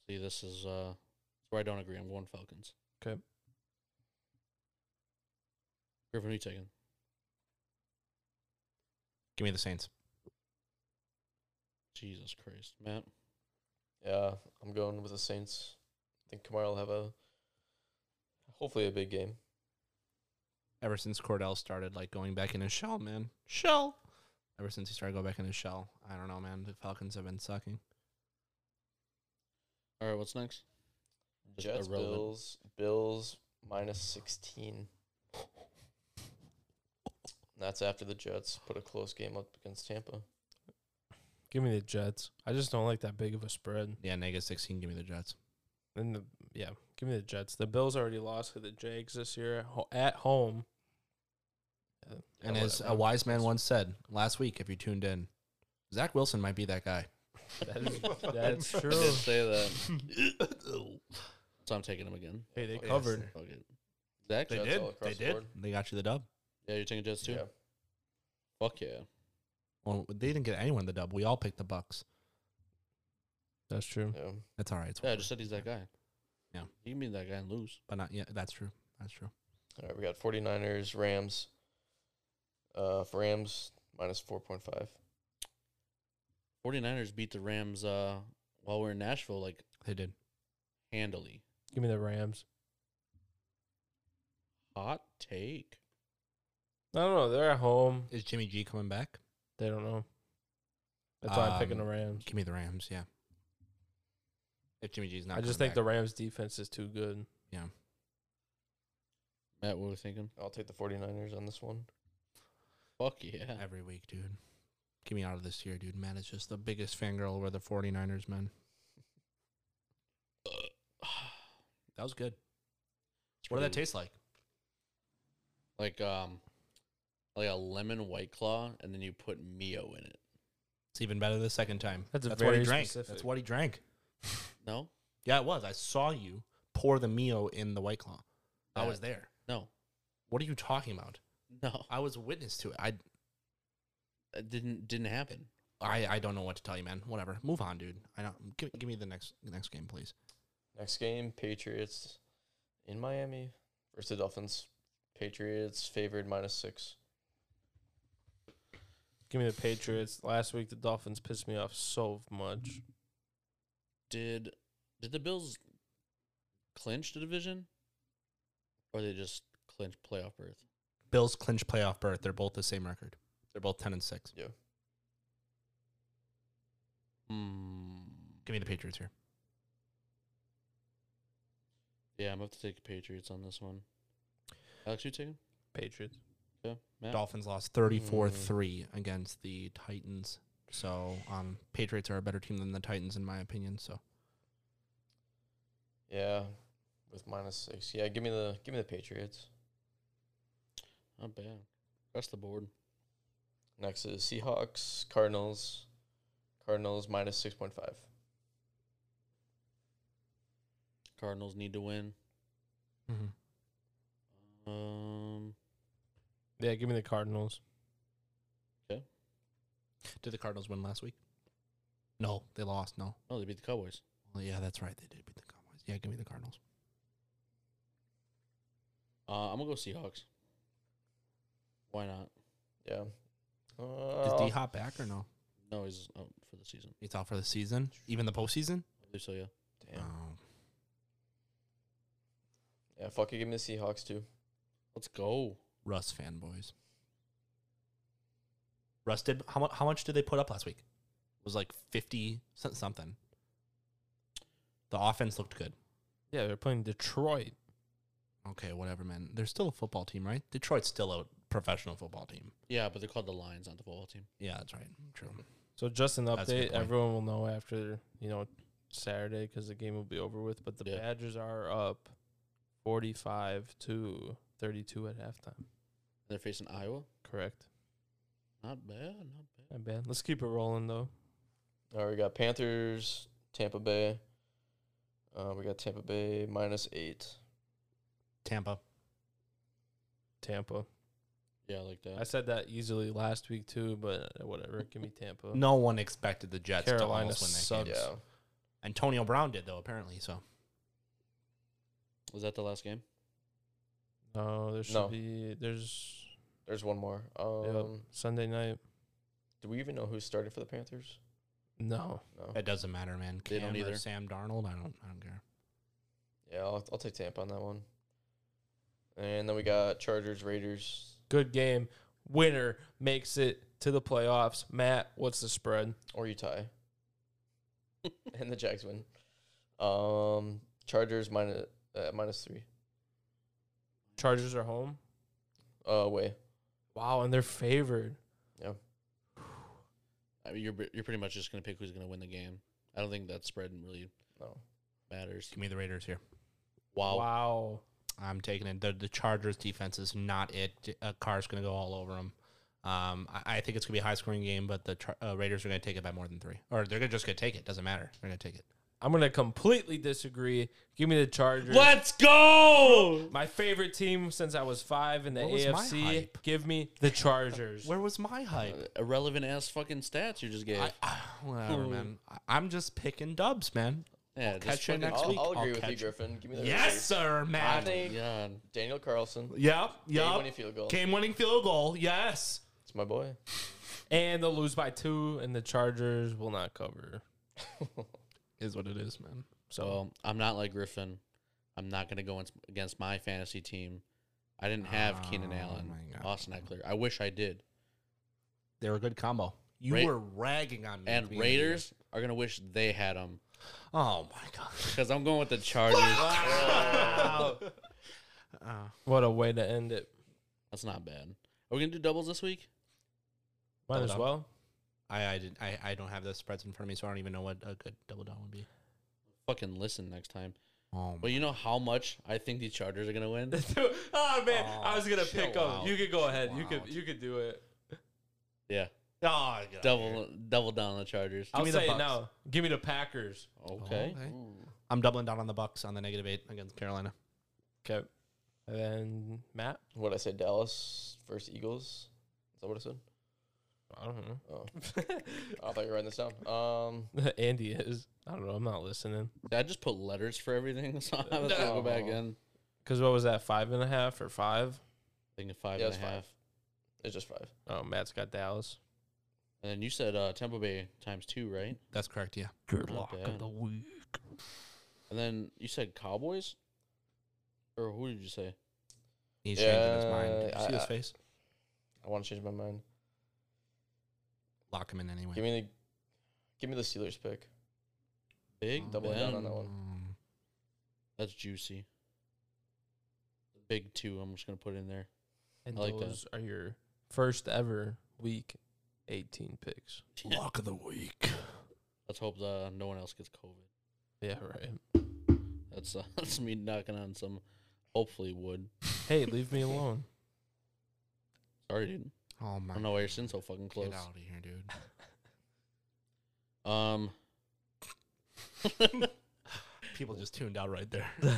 Speaker 1: See, this is uh where I don't agree. I'm going Falcons.
Speaker 2: 'Kay.
Speaker 1: Griffin, who you taking?
Speaker 3: Give me the Saints.
Speaker 1: Jesus Christ, Matt.
Speaker 4: Yeah, I'm going with the Saints. I think Kamara will have a hopefully a big game.
Speaker 3: Ever since Cordell started like going back in his shell, man, shell. Ever since he started going back in his shell, I don't know, man. The Falcons have been sucking.
Speaker 1: All right, what's next? Just
Speaker 4: Jets
Speaker 1: irrelevant.
Speaker 4: Bills Bills minus sixteen. That's after the Jets put a close game up against Tampa.
Speaker 2: Give me the Jets. I just don't like that big of a spread.
Speaker 3: Yeah, negative sixteen. Give me the Jets.
Speaker 2: And the yeah, give me the Jets. The Bills already lost to the Jags this year at ho- at home. Yeah,
Speaker 3: And
Speaker 2: yeah,
Speaker 3: as a
Speaker 2: whatever.
Speaker 3: wise man once said last week, if you tuned in, Zach Wilson might be that guy.
Speaker 2: That is- that's
Speaker 1: I
Speaker 2: true.
Speaker 1: did say that. [LAUGHS] so I'm taking him again.
Speaker 2: hey, they
Speaker 3: Yes,
Speaker 2: covered.
Speaker 3: sir.
Speaker 1: Fuck it. Zach?
Speaker 3: [LAUGHS]
Speaker 4: They
Speaker 3: They
Speaker 4: Jets did. all
Speaker 3: did. They
Speaker 4: across They the did.
Speaker 3: did.
Speaker 4: board.
Speaker 3: They got you the dub.
Speaker 1: Yeah, you're taking Jets too?
Speaker 4: Yeah.
Speaker 1: Fuck yeah.
Speaker 3: Well, they didn't get anyone the dub. We all picked the Bucks.
Speaker 2: That's true.
Speaker 4: Yeah.
Speaker 3: That's all right. It's
Speaker 1: Yeah, I
Speaker 3: whatever.
Speaker 1: just said he's that guy.
Speaker 3: Yeah.
Speaker 1: He can be that guy and lose.
Speaker 3: But not yet. That's true. That's true.
Speaker 4: All right, we got 49ers, Rams. Uh, for Rams, minus 4.5.
Speaker 1: 49ers beat the Rams uh, while we are in Nashville, like,
Speaker 3: They did.
Speaker 1: handily.
Speaker 2: Give me the Rams.
Speaker 1: Hot take.
Speaker 2: I don't know. They're at home.
Speaker 3: Is Jimmy G coming back?
Speaker 2: They don't know. That's why I'm picking the
Speaker 3: Um,
Speaker 2: Rams.
Speaker 3: Give me the Rams, yeah. If Jimmy G's not,
Speaker 2: I just
Speaker 3: coming
Speaker 2: think the
Speaker 3: back.
Speaker 2: Rams defense is too good.
Speaker 1: Matt, what were we thinking?
Speaker 4: I'll take the 49ers on this one.
Speaker 1: Fuck yeah.
Speaker 3: every week, dude. Get me out of this year, dude. Matt is just the biggest fangirl over the 49ers, man. [SIGHS] That was good. What did that
Speaker 1: pretty-
Speaker 3: taste like?
Speaker 1: Like um, like a lemon white claw, and then you put Mio in it.
Speaker 3: It's even better the second time.
Speaker 2: That's a
Speaker 3: what he
Speaker 2: very
Speaker 3: drank. That's
Speaker 2: specific-
Speaker 3: what he drank.
Speaker 1: No,
Speaker 3: Yeah, it was. I saw you pour the Mio in the White Claw. I
Speaker 1: That-
Speaker 3: was there.
Speaker 1: no,
Speaker 3: What are you talking about?
Speaker 1: no.
Speaker 3: I was witness to it. I,
Speaker 1: It didn't didn't happen.
Speaker 3: I, I don't know what to tell you, man. Whatever. Move on, dude. I don't. Give, give me the next the next game, please.
Speaker 4: Next game, Patriots in Miami versus the Dolphins. Patriots favored minus six.
Speaker 2: Give me the Patriots. Last week the Dolphins pissed me off so much.
Speaker 1: Did did the Bills clinch the division, or they just clinch playoff berth?
Speaker 3: Bills clinch playoff berth. They're both the same record. They're both ten and six.
Speaker 1: Hmm.
Speaker 3: Give me the Patriots here.
Speaker 1: Yeah, I'm gonna have to take the Patriots on this one. Alex, you taking?
Speaker 2: Patriots.
Speaker 1: Yeah, Mm. Matt.
Speaker 3: Dolphins lost thirty four three against the Titans. So um, Patriots are a better team than the Titans in my opinion. So
Speaker 4: Yeah, with minus six. Yeah, give me the give me the Patriots.
Speaker 1: Not bad. Across the board.
Speaker 4: Next is Seahawks, Cardinals. Cardinals minus six point five.
Speaker 1: Cardinals need to win. Mm-hmm. Um,
Speaker 2: Yeah, give me the Cardinals.
Speaker 3: did the Cardinals win last week? No, they lost. No.
Speaker 1: no, they beat the Cowboys.
Speaker 3: Well, yeah, that's right. They did beat the Cowboys. Yeah, give me the Cardinals.
Speaker 1: Uh, I'm gonna go Seahawks. Why not?
Speaker 4: Yeah.
Speaker 3: Is
Speaker 4: Uh,
Speaker 3: D Hop back or no?
Speaker 1: No, he's out for the season.
Speaker 3: It's out for the season, even the postseason.
Speaker 1: I believe so. Yeah.
Speaker 4: damn.
Speaker 3: Oh.
Speaker 4: Yeah, fuck it. Give me the Seahawks too.
Speaker 1: Let's go.
Speaker 3: Russ fanboys. Russ did how much? How much did they put up last week? It was like fifty some- something. The offense looked good.
Speaker 2: Yeah, they're playing Detroit.
Speaker 3: Okay, whatever, man. They're still a football team, right? Detroit's still a professional football team.
Speaker 1: Yeah, but they're called the Lions, not the football team.
Speaker 3: Yeah, that's right. True.
Speaker 2: So just an
Speaker 3: That's a good
Speaker 2: update.
Speaker 3: point.
Speaker 2: Everyone will know after you know Saturday because the game will be over with. But the
Speaker 1: Yeah.
Speaker 2: Badgers are up forty-five to thirty-two at halftime.
Speaker 1: They're facing Iowa.
Speaker 2: Correct.
Speaker 1: Not bad. Not bad.
Speaker 2: Not bad. Let's keep it rolling though.
Speaker 4: All right, we got Panthers, Tampa Bay. Uh, we got Tampa Bay minus eight.
Speaker 3: Tampa.
Speaker 2: Tampa.
Speaker 1: Yeah, I like that.
Speaker 2: I said that easily last week too, but whatever. Give me Tampa.
Speaker 3: No one expected the Jets
Speaker 2: Carolina
Speaker 3: to almost win that
Speaker 2: sucks.
Speaker 3: game.
Speaker 4: Yeah.
Speaker 3: Antonio Brown did though, apparently. So
Speaker 1: Was that the last game?
Speaker 2: No, there should
Speaker 4: No.
Speaker 2: be. There's
Speaker 4: There's one more. Um,
Speaker 2: yep, Sunday night.
Speaker 4: do we even know who's starting for the Panthers?
Speaker 2: No,
Speaker 4: No.
Speaker 3: it doesn't matter, man.
Speaker 1: They don't
Speaker 3: Cam or
Speaker 1: either.
Speaker 3: Sam Darnold. I don't. I don't care.
Speaker 4: Yeah, I'll, I'll take Tampa on that one. And then we got Chargers, Raiders.
Speaker 2: good game. Winner makes it to the playoffs. Matt, what's the spread?
Speaker 4: or you tie, [LAUGHS] and the Jags win. Um, Chargers minus uh, minus three.
Speaker 2: Chargers are home.
Speaker 4: Uh, way.
Speaker 2: Wow, and they're favored.
Speaker 1: I mean, you're br- you're pretty much just gonna pick who's gonna win the game. I don't think that spread really
Speaker 4: No.
Speaker 1: matters.
Speaker 3: Give me the Raiders here.
Speaker 1: Wow.
Speaker 2: Wow.
Speaker 3: I'm taking it. The, the Chargers defense is not it. A car's going to go all over them. Um, I, I think it's going to be a high scoring game, but the Char- uh, Raiders are going to take it by more than three. Or they're gonna, just going to take it. Doesn't matter. They're going to take it.
Speaker 2: I'm gonna completely disagree. Give me the Chargers.
Speaker 1: Let's go.
Speaker 2: My favorite team since I was five in the
Speaker 3: What was my
Speaker 2: AFC.
Speaker 3: hype?
Speaker 2: Give me the Chargers.
Speaker 3: Where was my hype?
Speaker 1: Irrelevant ass fucking stats you just gave.
Speaker 3: I, I,
Speaker 4: Uh,
Speaker 3: whatever, man. I, I'm just picking dubs, man.
Speaker 1: yeah, just
Speaker 3: catch you
Speaker 1: fucking-
Speaker 3: next
Speaker 4: I'll,
Speaker 3: week,
Speaker 4: I'll
Speaker 3: I'll
Speaker 4: agree with you,
Speaker 3: catch-
Speaker 4: Griffin. Give me the
Speaker 3: Yes,
Speaker 4: Raiders.
Speaker 3: sir,
Speaker 4: I
Speaker 3: man.
Speaker 4: think
Speaker 1: God.
Speaker 4: Daniel Carlson.
Speaker 3: Yep,
Speaker 4: Game winning
Speaker 3: yep.
Speaker 4: field goal.
Speaker 3: Game winning field goal. Yes.
Speaker 4: It's my boy.
Speaker 2: And they'll lose by two, and the Chargers will not cover. [LAUGHS]
Speaker 3: Is what it is, man.
Speaker 2: So
Speaker 1: Well, I'm not like Griffin. I'm not going to go ins- against my fantasy team I didn't have Keenan
Speaker 3: Oh
Speaker 1: Allen,
Speaker 3: my God.
Speaker 1: Austin Eckler. I wish I did.
Speaker 3: They were a good combo. You
Speaker 1: Ra-
Speaker 3: were ragging on me. at the
Speaker 1: And
Speaker 3: beginning of the year.
Speaker 1: Raiders are gonna wish they had him
Speaker 3: Oh my god.
Speaker 1: because I'm going with the Chargers.
Speaker 3: [LAUGHS] Wow. Oh.
Speaker 2: What a way to end it.
Speaker 1: That's not bad. Are we gonna do doubles this week?
Speaker 2: Might
Speaker 3: Double
Speaker 2: as
Speaker 3: down.
Speaker 2: well.
Speaker 3: I I, did, I I don't have the spreads in front of me, so I don't even know what a good double down would be.
Speaker 1: Fucking listen next time.
Speaker 3: Oh,
Speaker 1: But you know how much I think the Chargers are gonna
Speaker 2: [LAUGHS]
Speaker 1: win.
Speaker 2: oh man, I was gonna
Speaker 3: Oh,
Speaker 2: pick
Speaker 3: chill
Speaker 2: up.
Speaker 3: out.
Speaker 2: You could go ahead. You
Speaker 3: Chill out.
Speaker 2: could you could do it.
Speaker 1: Yeah,
Speaker 3: oh
Speaker 1: double double down on the Chargers.
Speaker 2: I'll
Speaker 3: me the
Speaker 2: say it
Speaker 3: Bucks.
Speaker 2: now. Give me the Packers.
Speaker 1: Okay.
Speaker 3: I'm doubling down on the Bucks on the negative eight against Carolina.
Speaker 2: Okay. And then Matt.
Speaker 4: What I say, Dallas versus Eagles. Is that what I said?
Speaker 2: I don't know.
Speaker 4: Oh, I thought you were writing this down. Um,
Speaker 2: [LAUGHS] Andy is. I don't know. I'm not listening.
Speaker 1: I just put letters for everything, [LAUGHS] so I have to go back
Speaker 4: No.
Speaker 1: in.
Speaker 2: Cause what was that? Five and a half or five?
Speaker 1: Thinking five
Speaker 4: Yeah,
Speaker 1: and a half,
Speaker 4: it's five. it's just five.
Speaker 2: Oh, Matt's got Dallas.
Speaker 1: and then you said uh, Tampa Bay times two, right?
Speaker 3: That's correct. Yeah.
Speaker 1: Not bad.
Speaker 3: week.
Speaker 1: And then you said Cowboys, or who did you say?
Speaker 3: He's changing his mind. Did you
Speaker 4: Yeah,
Speaker 3: see his
Speaker 4: I-
Speaker 3: face?
Speaker 4: I want to change my mind.
Speaker 3: Lock him in anyway.
Speaker 4: Give me the, give me the Steelers pick.
Speaker 1: Big
Speaker 4: Double down on
Speaker 1: Ben.
Speaker 4: that one.
Speaker 3: Mm.
Speaker 1: That's juicy. The big two. I'm just gonna put in there.
Speaker 2: And
Speaker 1: I like that.
Speaker 2: those are your first ever week 18 picks.
Speaker 3: Lock of the week.
Speaker 1: Let's hope uh, no one else gets COVID.
Speaker 2: Yeah, right.
Speaker 1: That's uh, that's [LAUGHS] me knocking on some, hopefully wood.
Speaker 2: Hey, leave me alone.
Speaker 1: Sorry, dude.
Speaker 3: [LAUGHS] Oh
Speaker 1: I
Speaker 3: my.
Speaker 1: don't know why you're sitting so fucking close.
Speaker 3: Get out of here, dude.
Speaker 1: Um,
Speaker 3: People just tuned out right
Speaker 2: [LAUGHS]
Speaker 3: there.
Speaker 1: yeah.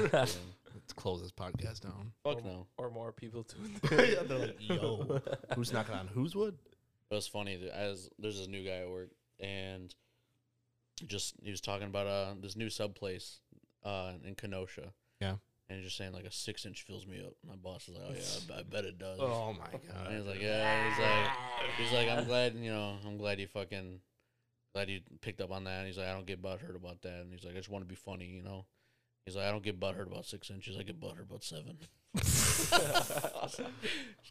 Speaker 3: Let's close this podcast down.
Speaker 1: fuck no.
Speaker 2: Or more people [LAUGHS] too.
Speaker 3: Yeah, Oh they're like, yo, who's knocking on whose wood?
Speaker 1: It was funny. th- As there's this new guy at work, and just he was talking about uh this new sub place uh in Kenosha.
Speaker 3: Yeah.
Speaker 1: and he's just saying like a six inch fills me up. My boss is like, oh
Speaker 3: [LAUGHS]
Speaker 1: yeah, I, I bet it does.
Speaker 3: Oh my god.
Speaker 1: And he's like, yeah. He's like, he's like, I'm glad you know, I'm glad you fucking, glad you picked up on that. And he's like, I don't get butthurt about that. And he's like, I just want to be funny, you know. He's like, I don't get butthurt about six inches. I get butthurt about seven. [LAUGHS] just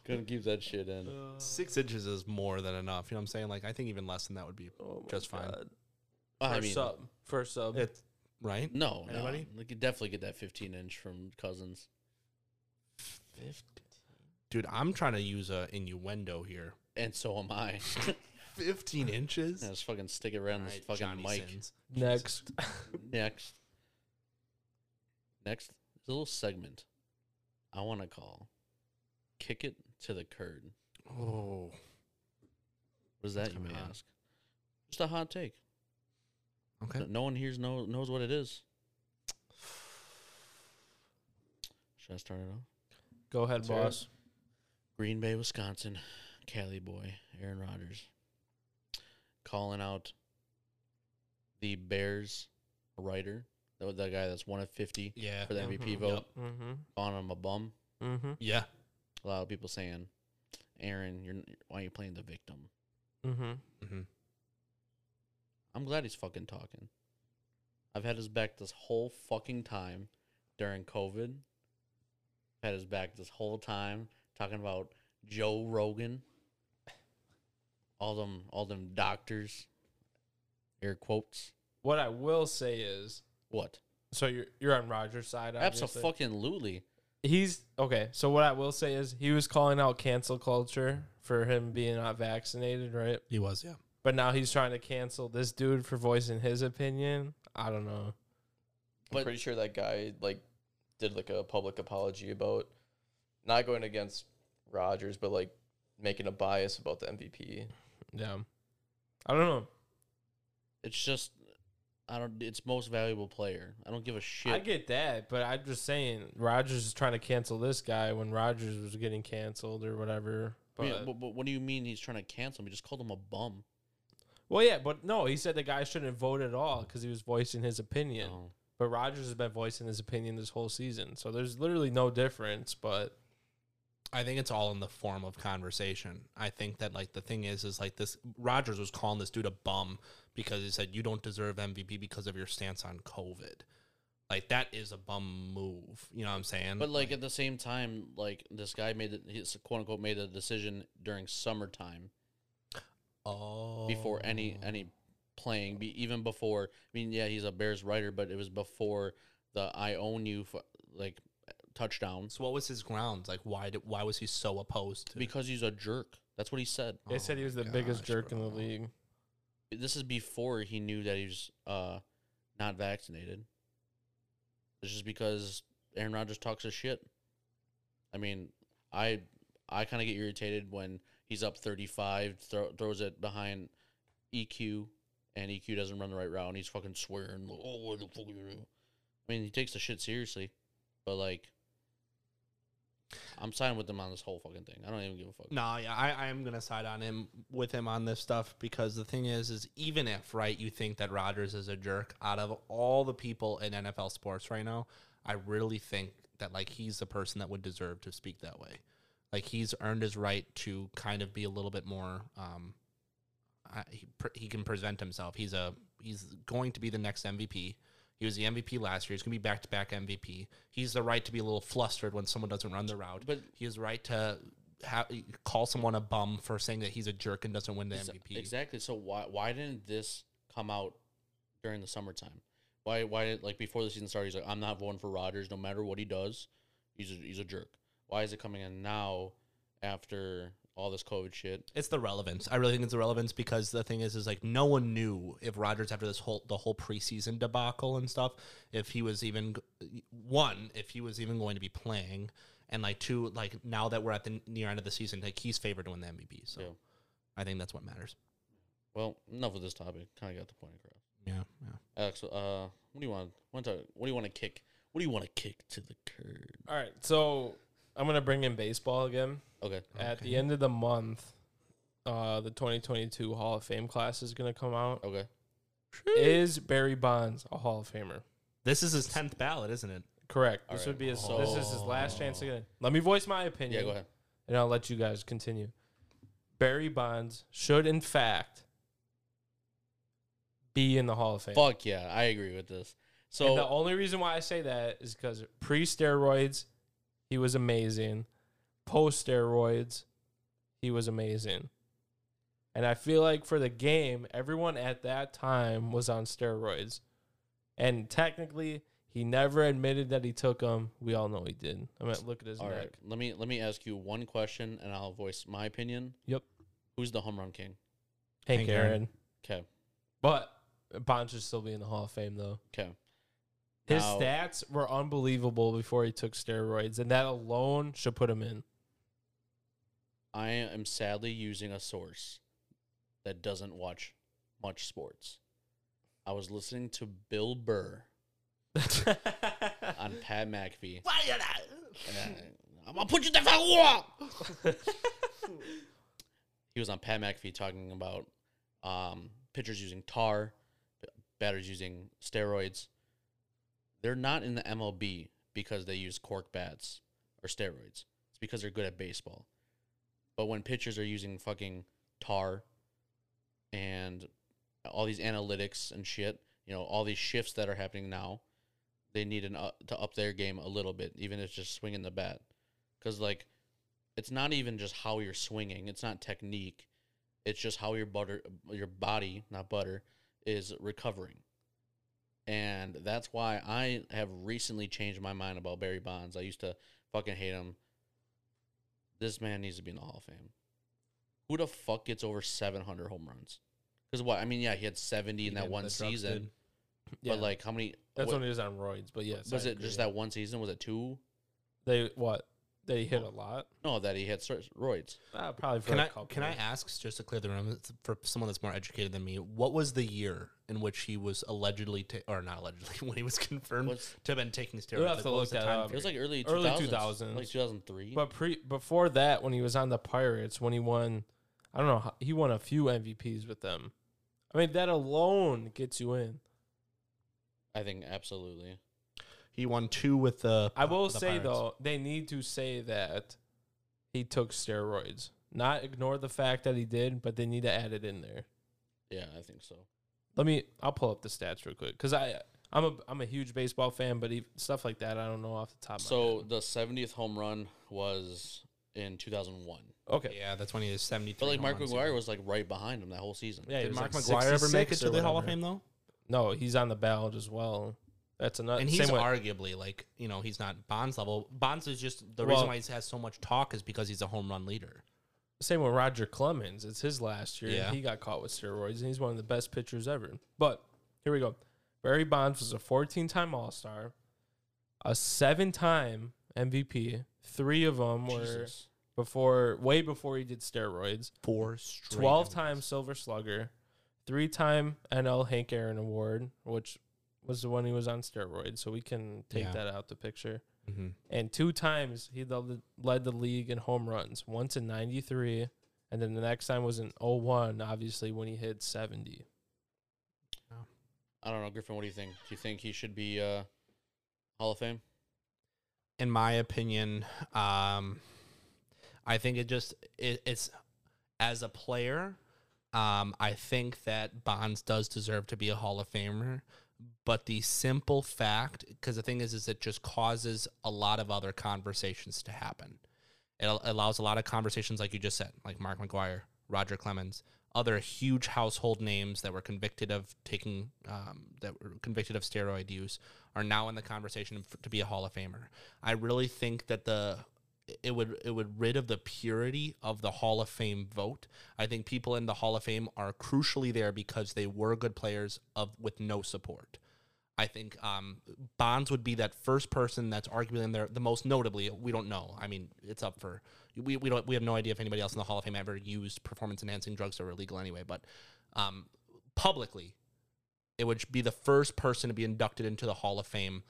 Speaker 1: gonna keep that shit in.
Speaker 3: Six inches is more than enough. You know what I'm saying? Like, I think even less than that would be
Speaker 2: Oh my
Speaker 3: Just fine.
Speaker 2: God.
Speaker 1: I
Speaker 2: First
Speaker 1: mean,
Speaker 2: sub. First sub.
Speaker 3: It's right.
Speaker 1: No,
Speaker 3: Anybody?
Speaker 1: no. We could definitely get that 15 inch from Cousins.
Speaker 3: Dude, I'm trying to use a innuendo
Speaker 1: [LAUGHS]
Speaker 3: here.
Speaker 1: And so am
Speaker 3: [LAUGHS]
Speaker 1: I.
Speaker 3: 15 inches.
Speaker 1: Yeah, just fucking stick it around this
Speaker 3: Alright,
Speaker 1: fucking
Speaker 3: Johnny
Speaker 1: mic.
Speaker 3: Sins.
Speaker 2: Next.
Speaker 1: Next. Next is a little segment I want to call Kick It to the Curd.
Speaker 3: Oh,
Speaker 1: What is
Speaker 3: That's
Speaker 1: that, you may
Speaker 3: kinda hot.
Speaker 1: ask? Just a hot take.
Speaker 3: okay.
Speaker 1: No one here knows, knows what it is. Should I start it off?
Speaker 2: Go ahead,
Speaker 4: Let's hear it.
Speaker 2: boss.
Speaker 1: Green Bay, Wisconsin, Cali boy, Aaron Rodgers, calling out the Bears writer, that, that guy that's one of 50
Speaker 3: Yeah.
Speaker 1: for the MVP
Speaker 2: Mhm.
Speaker 1: vote,
Speaker 2: Mm-hmm.
Speaker 1: calling him a bum.
Speaker 2: Mm-hmm.
Speaker 3: Yeah.
Speaker 1: A lot of people saying, Aaron, you're n- why are you playing the victim?
Speaker 2: Mm-hmm.
Speaker 3: hmm
Speaker 1: I'm glad he's fucking talking. I've had his back this whole fucking time during COVID. Had his back this whole time talking about Joe Rogan. All them all them doctors. Air quotes.
Speaker 2: What I will say is,
Speaker 1: What?
Speaker 2: so you're you're on Rogers' side. obviously.
Speaker 1: Absolutely.
Speaker 2: He's okay. So what I will say is, he was calling out cancel culture for him being not vaccinated, right?
Speaker 3: He was, yeah.
Speaker 2: But now he's trying to cancel this dude for voicing his opinion. I don't know.
Speaker 1: But-
Speaker 4: I'm pretty sure that guy like did like a public apology about not going against Rodgers, but like making a bias about the MVP.
Speaker 2: Yeah, I don't know.
Speaker 1: It's just I don't it's most valuable player. I don't give a shit.
Speaker 2: I get that, but I'm just saying Rogers is trying to cancel this guy when Rogers was getting canceled or whatever.
Speaker 1: I
Speaker 2: But,
Speaker 1: mean, but, but what do you mean he's trying to cancel me? Just called him a bum.
Speaker 2: well, yeah, but no, he said the guy shouldn't vote at all because he was voicing his opinion.
Speaker 1: No.
Speaker 2: But Rogers has been voicing his opinion this whole season, so there's literally no difference. But
Speaker 3: I think it's all in the form of conversation. I think that like the thing is is like this Rogers was calling this dude a bum because he said you don't deserve MVP because of your stance on COVID. Like that is a bum move. You know what I'm saying?
Speaker 1: But like at the same time, like this guy made the, he's quote unquote made a decision during summertime
Speaker 3: oh,
Speaker 1: before any any playing, be, even before. I mean, yeah, he's a Bears writer, but it was before the "I own you" f- like touchdowns
Speaker 3: So what was his grounds? Like why did why was he so opposed to?
Speaker 1: because he's a jerk. That's what he said.
Speaker 2: They said he was the biggest jerk in the league.
Speaker 1: This is before he knew that he was uh, not vaccinated. It's just because Aaron Rodgers talks his shit. I mean, I I kind of get irritated when he's up 35, throw, throws it behind EQ, and EQ doesn't run the right route, and he's fucking swearing. Oh, what the fuck you do?" I mean, he takes the shit seriously, but like, I'm siding with him on this whole fucking thing. I don't even give a fuck.
Speaker 3: No, yeah, I, I am gonna side on him with him on this stuff because the thing is, is even if right, you think that Rodgers is a jerk, out of all the people in NFL sports right now, I really think that like he's the person that would deserve to speak that way. Like he's earned his right to kind of be a little bit more. Um, I, he pre- he can present himself. He's a he's going to be the next MVP. He was the MVP last year. He's going to be back to back MVP. He's the right to be a little flustered when someone doesn't run the route.
Speaker 1: But-
Speaker 3: he has the right to ha- call someone a bum for saying that he's a jerk and doesn't win the
Speaker 1: Exa-
Speaker 3: MVP.
Speaker 1: Exactly. So why why didn't this come out during the summertime? Why why did like before the season started? He's like, I'm not voting for Rodgers, no matter what he does. He's a, he's a jerk. Why is it coming in now after all this COVID shit?
Speaker 3: It's the relevance. I really think it's the relevance because the thing is, is like no one knew if Rodgers after this whole the whole preseason debacle and stuff, if he was even g- one, if he was even going to be playing, and like two, like now that we're at the near end of the season, like he's favored to win the MVP. So
Speaker 1: Yeah.
Speaker 3: I think that's what matters.
Speaker 1: Well, enough of this topic. Kind of got the point across.
Speaker 3: Yeah, yeah.
Speaker 1: Alex, uh, what do you want? Want to? What do you want to kick? What do you want to kick to the curb?
Speaker 2: All right, so I'm gonna bring in baseball again.
Speaker 1: Okay.
Speaker 2: At the end of the month, uh, the 2022 Hall of Fame class is gonna come out.
Speaker 1: Okay.
Speaker 2: Is Barry Bonds a Hall of Famer?
Speaker 3: This is his tenth ballot, isn't it?
Speaker 2: Correct.
Speaker 1: All
Speaker 2: this
Speaker 1: right,
Speaker 2: would be his.
Speaker 1: so-
Speaker 2: This is his last chance to get. it. Let me voice my opinion.
Speaker 1: Yeah. Go ahead.
Speaker 2: and I'll let you guys continue. Barry Bonds should, in fact, be in the Hall of Fame.
Speaker 1: Fuck yeah, I agree with this. So
Speaker 2: and the only reason why I say that is because pre steroids, he was amazing. Post steroids, he was amazing. And I feel like for the game, everyone at that time was on steroids. And technically, he never admitted that he took them. We all know he did. I mean, look at his
Speaker 1: all
Speaker 2: neck.
Speaker 1: right, let me let me ask you one question, and I'll voice my opinion.
Speaker 2: Yep.
Speaker 1: Who's the home run king?
Speaker 2: Hank,
Speaker 3: Hank Aaron.
Speaker 2: Aaron.
Speaker 1: Okay.
Speaker 2: But Bonds should still be in the Hall of Fame, though.
Speaker 1: Okay.
Speaker 2: His
Speaker 1: Now-
Speaker 2: stats were unbelievable before he took steroids, and that alone should put him in.
Speaker 1: I am sadly using a source that doesn't watch much sports. I was listening to Bill Burr on Pat McAfee.
Speaker 3: Why you not?
Speaker 1: and I, am gonna put you the fuck wall. he was on Pat McAfee talking about um, pitchers using tar, batters using steroids. They're not in the MLB because they use cork bats or steroids. It's because they're good at baseball. But when pitchers are using fucking tar and all these analytics and shit, you know, all these shifts that are happening now, they need an up, to up their game a little bit, even if it's just swinging the bat, because like it's not even just how you're swinging, it's not technique, it's just how your butter, your body, not butter, is recovering, and that's why I have recently changed my mind about Barry Bonds. I used to fucking hate him. This man needs to be in the Hall of Fame. Who the fuck gets over 700 home runs? Because what I mean, yeah, he had 70 in that
Speaker 3: Yeah,
Speaker 1: one
Speaker 3: the drugs
Speaker 1: season,
Speaker 3: did.
Speaker 2: Yeah,
Speaker 1: but like how many?
Speaker 2: that's
Speaker 1: what-
Speaker 2: when he was on roids. But yes,
Speaker 1: was
Speaker 2: I
Speaker 1: it
Speaker 2: agree.
Speaker 1: just that one season? Was it two?
Speaker 2: they what they hit a lot?
Speaker 1: No, that he had steroids.
Speaker 2: Uh, probably for
Speaker 3: Can
Speaker 2: a
Speaker 3: I
Speaker 2: couple.
Speaker 3: can I ask just to clear the room it's for someone that's more educated than me? What was the year in which he was allegedly ta- or not allegedly [LAUGHS] when he was confirmed
Speaker 1: What's-
Speaker 3: to have been taking steroids?
Speaker 2: We'll have to
Speaker 3: what
Speaker 2: look
Speaker 3: was the
Speaker 2: that
Speaker 3: time
Speaker 2: up.
Speaker 1: It was
Speaker 3: period?
Speaker 1: like early 2000s,
Speaker 2: Early
Speaker 1: early
Speaker 2: 2000s.
Speaker 1: like 2003.
Speaker 2: But pre before that, when he was on the Pirates, when he won, I don't know, how- he won a few MVPs with them. I mean, that alone gets you in.
Speaker 1: I think absolutely.
Speaker 3: he won two with the.
Speaker 1: Uh,
Speaker 2: I will
Speaker 3: the
Speaker 2: say
Speaker 3: Pirates.
Speaker 2: though, they need to say that he took steroids. Not ignore the fact that he did, but they need to add it in there.
Speaker 1: Yeah, I think so.
Speaker 2: Let me. I'll pull up the stats real quick because I I'm a I'm a huge baseball fan, but even, stuff like that I don't know off the top.
Speaker 1: So the 70th home run was in 2001.
Speaker 2: of my head. okay,
Speaker 3: Yeah, that's when he is seventy
Speaker 1: But
Speaker 3: three.
Speaker 1: like Mark McGuire was like right behind him that whole season.
Speaker 2: yeah. he
Speaker 3: Did
Speaker 2: was
Speaker 3: Mark
Speaker 2: like
Speaker 3: McGuire ever make it
Speaker 2: 66
Speaker 3: to
Speaker 2: or
Speaker 3: the Hall of
Speaker 2: whatever.
Speaker 3: Fame though?
Speaker 2: No, he's on the ballot as well. That's another.
Speaker 3: And he's
Speaker 2: Uh, same way,
Speaker 3: arguably like you know he's not Bonds level. Bonds is just the
Speaker 2: Well-
Speaker 3: reason why he has so much talk is because he's a home run leader.
Speaker 2: same with Roger Clemens. It's his last year.
Speaker 3: Yeah.
Speaker 2: And he got caught with steroids, and he's one of the best pitchers ever. But here we go. Barry Bonds was a 14-time All Star, a seven-time MVP. Three of them were
Speaker 1: Jesus.
Speaker 2: before, way before he did steroids.
Speaker 3: Four straight.
Speaker 2: 12 time Silver Slugger, three time NL Hank Aaron Award, which was the one he was on steroids. So we can take
Speaker 3: Yeah.
Speaker 2: that out the picture.
Speaker 3: hmm
Speaker 2: And two times he led the, led the league in home runs, once in 93, and then the next time was in 01, obviously, when he hit 70.
Speaker 1: I don't know, Griffin. What do you think? Do you think he should be uh, Hall of Fame?
Speaker 3: in my opinion, um, I think it just it, it's as a player, um, I think that Bonds does deserve to be a Hall of Famer. But the simple fact, because the thing is, is it just causes a lot of other conversations to happen. It al- allows a lot of conversations, like you just said, like Mark McGuire, Roger Clemens, other huge household names that were convicted of taking, um, that were convicted of steroid use, are now in the conversation f to be a Hall of Famer. I really think that the it would it would rid of the purity of the Hall of Fame vote. I think people in the Hall of Fame are crucially there because they were good players of with no support. I think um, Bonds would be that first person that's arguably in there the most notably. We don't know. I mean, it's up for we, we don't we have no idea if anybody else in the Hall of Fame ever used performance enhancing drugs that were illegal anyway. But um, publicly, it would be the first person to be inducted into the Hall of Fame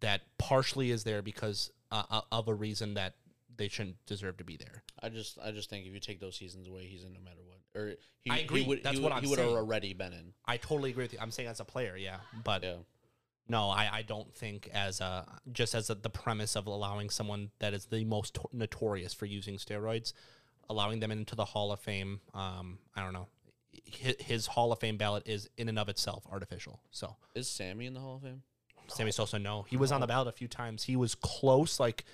Speaker 3: that partially is there because uh, uh, of a reason that they shouldn't deserve to be there.
Speaker 1: I just, I just think if you take those seasons away, he's in no matter what. Or he,
Speaker 3: I
Speaker 1: he
Speaker 3: agree.
Speaker 1: would,
Speaker 3: That's
Speaker 1: he,
Speaker 3: what
Speaker 1: would-
Speaker 3: I'm
Speaker 1: he would have
Speaker 3: saying.
Speaker 1: already been in.
Speaker 3: I totally agree with you. I'm saying as a player, yeah, but
Speaker 1: Yeah.
Speaker 3: no, I, I don't think as a just as a, the premise of allowing someone that is the most to- notorious for using steroids, allowing them into the Hall of Fame. Um, I don't know. His, his Hall of Fame ballot is in and of itself artificial. So
Speaker 1: Is Sammy in the Hall of Fame?
Speaker 3: Sammy Sosa, no, he was on the ballot a few times. He was close, like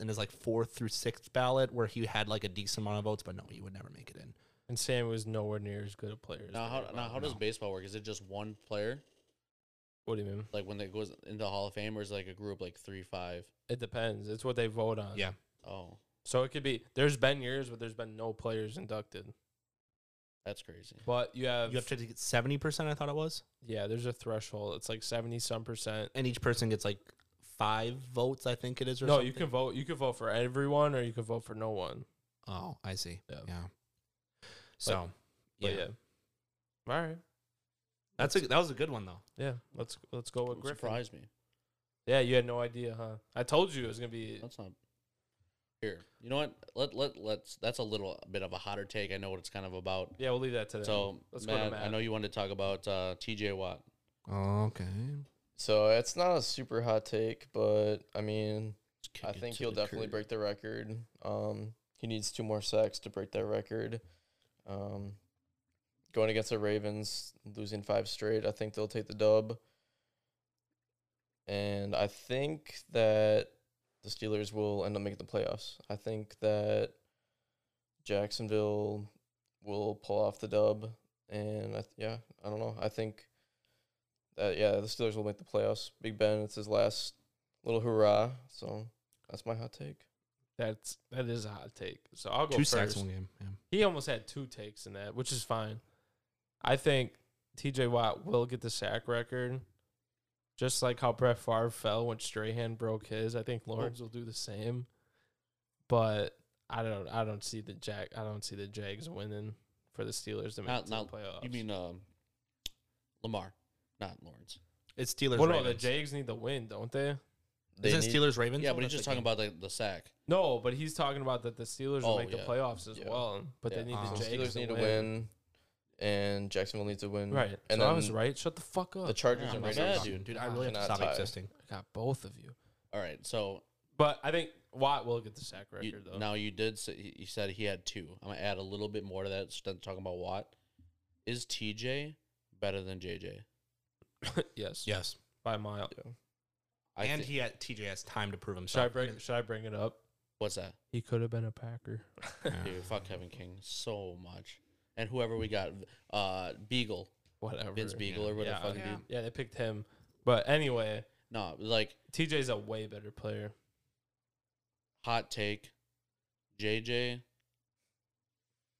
Speaker 3: in his like fourth through sixth ballot, where he had like a decent amount of votes, but no, he would never make it in.
Speaker 2: And Sam was nowhere near as good a player. as
Speaker 1: Now, how,
Speaker 2: Barry
Speaker 1: now,
Speaker 2: Bonds.
Speaker 1: how does
Speaker 3: no.
Speaker 1: baseball work? Is it just one player?
Speaker 2: What do you mean?
Speaker 1: Like when it goes into the Hall of Fame, or is it like a group like three, five?
Speaker 2: It depends. It's what they vote on.
Speaker 3: Yeah.
Speaker 1: Oh,
Speaker 2: So it could be. There's been years where there's been no players inducted,
Speaker 1: that's crazy.
Speaker 2: but you have,
Speaker 3: You have to get seventy percent. I thought it was,
Speaker 2: yeah. There's a threshold. It's like seventy some percent.
Speaker 3: and each person gets like five votes. I think it is. Or
Speaker 2: No,
Speaker 3: something.
Speaker 2: you can vote. You can vote for everyone, or you can vote for no one.
Speaker 3: Oh, I see. Yeah.
Speaker 2: Yeah.
Speaker 3: So,
Speaker 2: But
Speaker 3: yeah.
Speaker 2: yeah. All right.
Speaker 3: that's a that was a good one though.
Speaker 2: Yeah. Let's let's go with
Speaker 1: It
Speaker 2: Griffin.
Speaker 1: surprised me.
Speaker 2: Yeah, you had no idea, huh? I told you it was gonna be.
Speaker 1: That's not here. You know what? Let let let's. That's a little bit of a hotter take. I know what it's kind of about.
Speaker 2: Yeah, we'll leave that to them.
Speaker 1: So,
Speaker 2: Let's go to
Speaker 1: Matt, I
Speaker 2: Matt.
Speaker 1: know you wanted to talk about uh, T.J. Watt.
Speaker 3: Okay.
Speaker 4: So it's not a super hot take, but I mean, I think he'll definitely break the record. Um, he needs two more sacks to break that record. Um, going against the Ravens, losing five straight, I think they'll take the dub. And I think that the Steelers will end up making the playoffs. I think that Jacksonville will pull off the dub, and I th- yeah, I don't know. I think that yeah, the Steelers will make the playoffs. Big Ben, it's his last little hurrah. So that's my hot take.
Speaker 2: That's that is a hot take. So I'll go
Speaker 3: Two
Speaker 2: first.
Speaker 3: sacks one game. Yeah.
Speaker 2: He almost had two takes in that, which is fine. I think T.J. Watt will get the sack record, just like how Brett Favre fell when Strahan broke his. I think Lawrence will do the same, but I don't. I don't see the Jack. I don't see the Jags winning for the Steelers to make
Speaker 1: Not-
Speaker 2: it to the
Speaker 1: not-
Speaker 2: playoffs.
Speaker 1: You mean um, Lamar, not Lawrence.
Speaker 3: It's Steelers.
Speaker 2: well, no, the
Speaker 3: Ravens.
Speaker 2: Jags need the win, don't they?
Speaker 4: They
Speaker 3: Isn't
Speaker 4: need-
Speaker 3: Steelers Ravens?
Speaker 1: Yeah,
Speaker 3: though?
Speaker 1: but he's just
Speaker 3: That's
Speaker 1: talking
Speaker 3: the game.
Speaker 1: about the, the sack.
Speaker 2: No, but he's talking about that the Steelers will
Speaker 1: Oh,
Speaker 2: make the
Speaker 1: yeah.
Speaker 2: playoffs as
Speaker 4: Yeah.
Speaker 2: well, but
Speaker 1: Yeah.
Speaker 2: they Uh, need
Speaker 3: Um,
Speaker 2: the Jags
Speaker 4: Steelers need to win. and Jacksonville needs to win.
Speaker 2: Right,
Speaker 4: And
Speaker 2: and so I
Speaker 4: then
Speaker 2: was right. Shut the fuck up.
Speaker 4: The Chargers
Speaker 1: Yeah,
Speaker 4: and
Speaker 1: my
Speaker 4: Raiders.
Speaker 1: bad,
Speaker 3: dude.
Speaker 1: dude.
Speaker 3: Dude, I really have to
Speaker 4: Cannot
Speaker 3: stop
Speaker 4: tie.
Speaker 3: existing.
Speaker 2: I got both of you.
Speaker 1: All right, so
Speaker 2: But I think Watt will get the sack
Speaker 1: you-
Speaker 2: record though.
Speaker 1: now you did. Say, he- you said he had two. I'm gonna add a little bit more to that. Instead of talking about Watt, is T.J. better than J.J.
Speaker 2: yes.
Speaker 3: Yes.
Speaker 2: By mile.
Speaker 1: I
Speaker 3: and
Speaker 1: thi-
Speaker 3: he had TJ has time to prove
Speaker 2: Should I
Speaker 3: himself.
Speaker 2: bring should I bring it up?
Speaker 1: what's that?
Speaker 2: He could have been a Packer.
Speaker 1: Dude,
Speaker 2: [SIGHS]
Speaker 1: fuck Kevin King so much. And whoever we got, uh, Beagle,
Speaker 2: [LAUGHS] Whatever.
Speaker 1: Vince Beagle or whatever
Speaker 2: Yeah,
Speaker 1: fucking
Speaker 3: yeah.
Speaker 1: dude.
Speaker 2: Yeah, they picked him. But anyway,
Speaker 1: No, like
Speaker 2: TJ's a way better player.
Speaker 1: hot take, JJ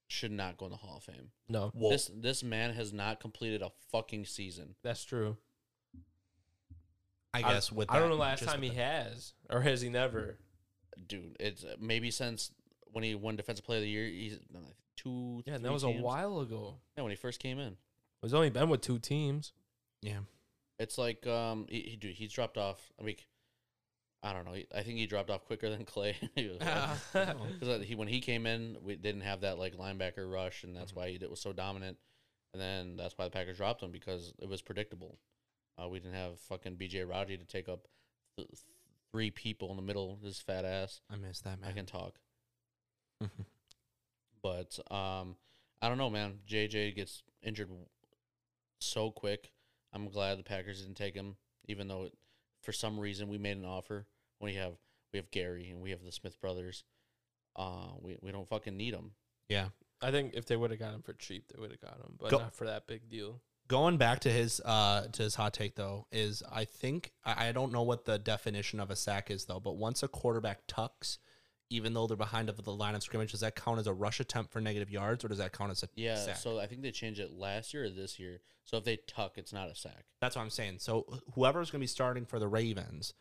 Speaker 1: should not go in the Hall of Fame.
Speaker 2: No,
Speaker 3: Whoa.
Speaker 1: This this man has not completed a fucking season.
Speaker 2: that's true.
Speaker 3: I guess with
Speaker 2: I don't
Speaker 3: that-
Speaker 2: know the last
Speaker 3: just
Speaker 2: time he
Speaker 3: with
Speaker 2: has or has he never.
Speaker 1: dude. It's uh, maybe since when he won Defensive Player of the Year, he's done like two.
Speaker 2: Yeah, and
Speaker 1: three
Speaker 2: that was a
Speaker 1: teams.
Speaker 2: while ago.
Speaker 1: Yeah, when he first came in,
Speaker 2: He's only been with two teams.
Speaker 3: that- yeah.
Speaker 1: it's like um, he, he dude, he's dropped off. I mean, I don't know. he- I think he dropped off quicker than [LAUGHS] Clay. He was
Speaker 3: [LAUGHS]
Speaker 1: like-
Speaker 3: Oh.
Speaker 1: 'cause, uh, he when he came in, we didn't have that like linebacker rush, and that's why he did, was so dominant. And then that's why the Packers dropped him because it was predictable. Uh, we didn't have fucking B.J. Raji to take up th- three people in the middle. of His fat ass.
Speaker 3: I miss that
Speaker 1: I can
Speaker 3: man.
Speaker 1: talk. But um, I don't know, man. JJ gets injured w- so quick. I'm glad the Packers didn't take him, even though it, for some reason we made an offer. We have we have Gary and we have the Smith brothers. Uh, we we don't fucking need them.
Speaker 3: yeah.
Speaker 2: I think if they would have got him for cheap, they would have got him, but
Speaker 3: Go-
Speaker 2: not for that big deal.
Speaker 3: [LAUGHS] Going back to his uh to his hot take though is I think I I don't know what the definition of a sack is though, but once a quarterback tucks, even though they're behind of the line of scrimmage, does that count as a rush attempt for negative yards or does that count as a
Speaker 1: Yeah.
Speaker 3: sack?
Speaker 1: So I think they changed it last year or this year. So if they tuck, it's not a sack.
Speaker 3: That's what I'm saying. So wh- whoever's going to be starting for the Ravens,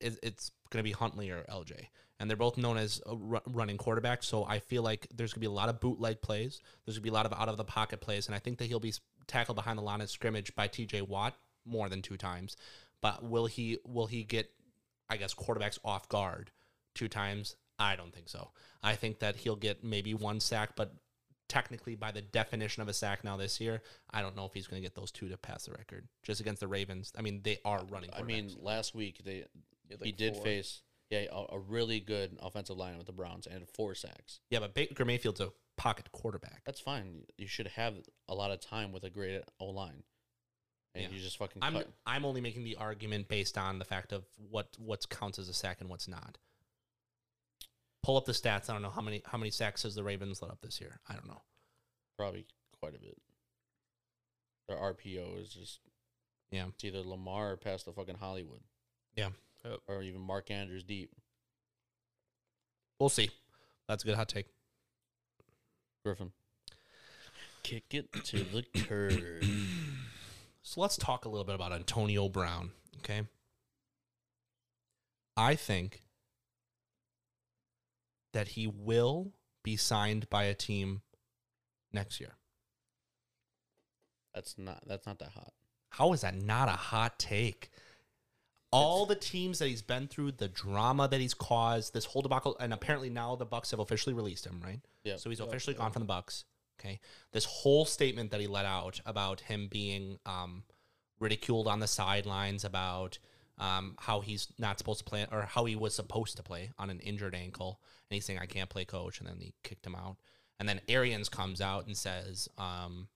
Speaker 3: is it's going to be Huntley or LJ, and they're both known as uh, ru- running quarterbacks. So I feel like there's going to be a lot of bootleg plays. There's going to be a lot of out of the pocket plays, and I think that he'll be s- tackled behind the line of scrimmage by T.J. Watt more than two times. But will he? Will he get? I guess quarterbacks off guard two times. I don't think so. I think that he'll get maybe one sack, but technically by the definition of a sack now this year, I don't know if he's going to get those two to pass the record just against the Ravens. I mean, they are running.
Speaker 1: I mean,
Speaker 3: quarterbacks.
Speaker 1: last week they
Speaker 4: had,
Speaker 1: he
Speaker 4: like,
Speaker 1: did
Speaker 4: four.
Speaker 1: face yeah a, a really good offensive line with the Browns and four sacks.
Speaker 3: yeah, but Baker Mayfield's a pocket quarterback.
Speaker 1: That's fine. You should have a lot of time with a great O line, and
Speaker 3: Yeah.
Speaker 1: you just fucking
Speaker 3: I'm
Speaker 1: cut.
Speaker 3: I'm only making the argument based on the fact of what what counts as a sack and what's not. Pull up the stats. I don't know how many how many sacks has the Ravens let up this year. I don't know.
Speaker 1: probably quite a bit. Their RPO is just
Speaker 3: Yeah.
Speaker 1: it's either Lamar or past the fucking Hollywood.
Speaker 3: Yeah.
Speaker 2: Yep.
Speaker 1: Or even Mark Andrews deep.
Speaker 3: We'll see. That's a good hot take.
Speaker 1: Griffin, kick it to the
Speaker 3: [COUGHS]
Speaker 1: curb.
Speaker 3: So let's talk a little bit about Antonio Brown, okay? I think that he will be signed by a team next year.
Speaker 1: That's not that's not that hot.
Speaker 3: How is that not a hot take? All the teams that he's been through, the drama that he's caused, this whole debacle, and apparently now the Bucks have officially released him, right?
Speaker 1: Yeah.
Speaker 3: So he's
Speaker 2: Yep.
Speaker 3: officially gone from the Bucks. Okay. This whole statement that he let out about him being um, ridiculed on the sidelines about um, how he's not supposed to play or how he was supposed to play on an injured ankle, and he's saying I can't play, coach, and then he kicked him out. And then Arians comes out and says, um,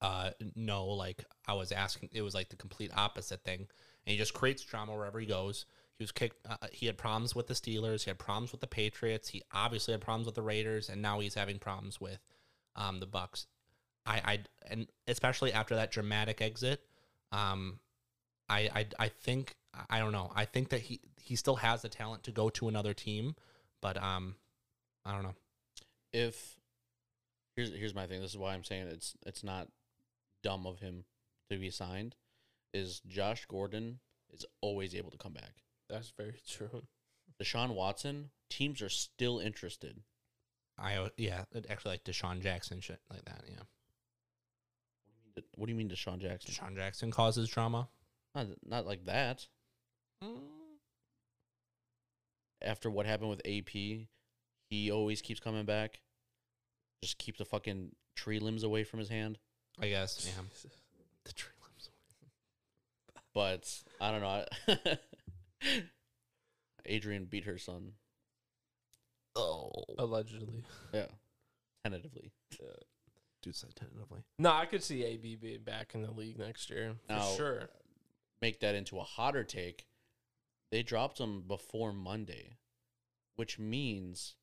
Speaker 3: uh, "No, like I was asking, it was like the complete opposite thing." And he just creates drama wherever he goes. He was kicked. Uh, he had problems with the Steelers. He had problems with the Patriots. He obviously had problems with the Raiders, and now he's having problems with um, the Bucks. I, I and especially after that dramatic exit, um, I, I I think I don't know. I think that he he still has the talent to go to another team, but um, I don't know.
Speaker 1: If here's here's my thing. This is why I'm saying it's it's not dumb of him to be signed. Is Josh Gordon is always able to come back.
Speaker 2: That's very [LAUGHS] true.
Speaker 1: Deshaun Watson, teams are still interested.
Speaker 3: I yeah, it actually like Deshaun Jackson shit like that. Yeah,
Speaker 1: What do you mean Deshaun Jackson?
Speaker 3: Deshaun Jackson causes drama.
Speaker 1: Not, not like that. After what happened with AP, he always keeps coming back. Just keep the fucking tree limbs away from his hand.
Speaker 3: I guess yeah. The tree limbs.
Speaker 1: But I don't know. I- [LAUGHS] Adrian beat her son.
Speaker 3: Oh,
Speaker 2: Allegedly.
Speaker 1: Yeah. Tentatively.
Speaker 3: dude said tentatively.
Speaker 2: No, I could see AB being back in the league next year for
Speaker 1: Now-
Speaker 2: sure.
Speaker 1: Make that into a hotter take. They dropped him before Monday, which means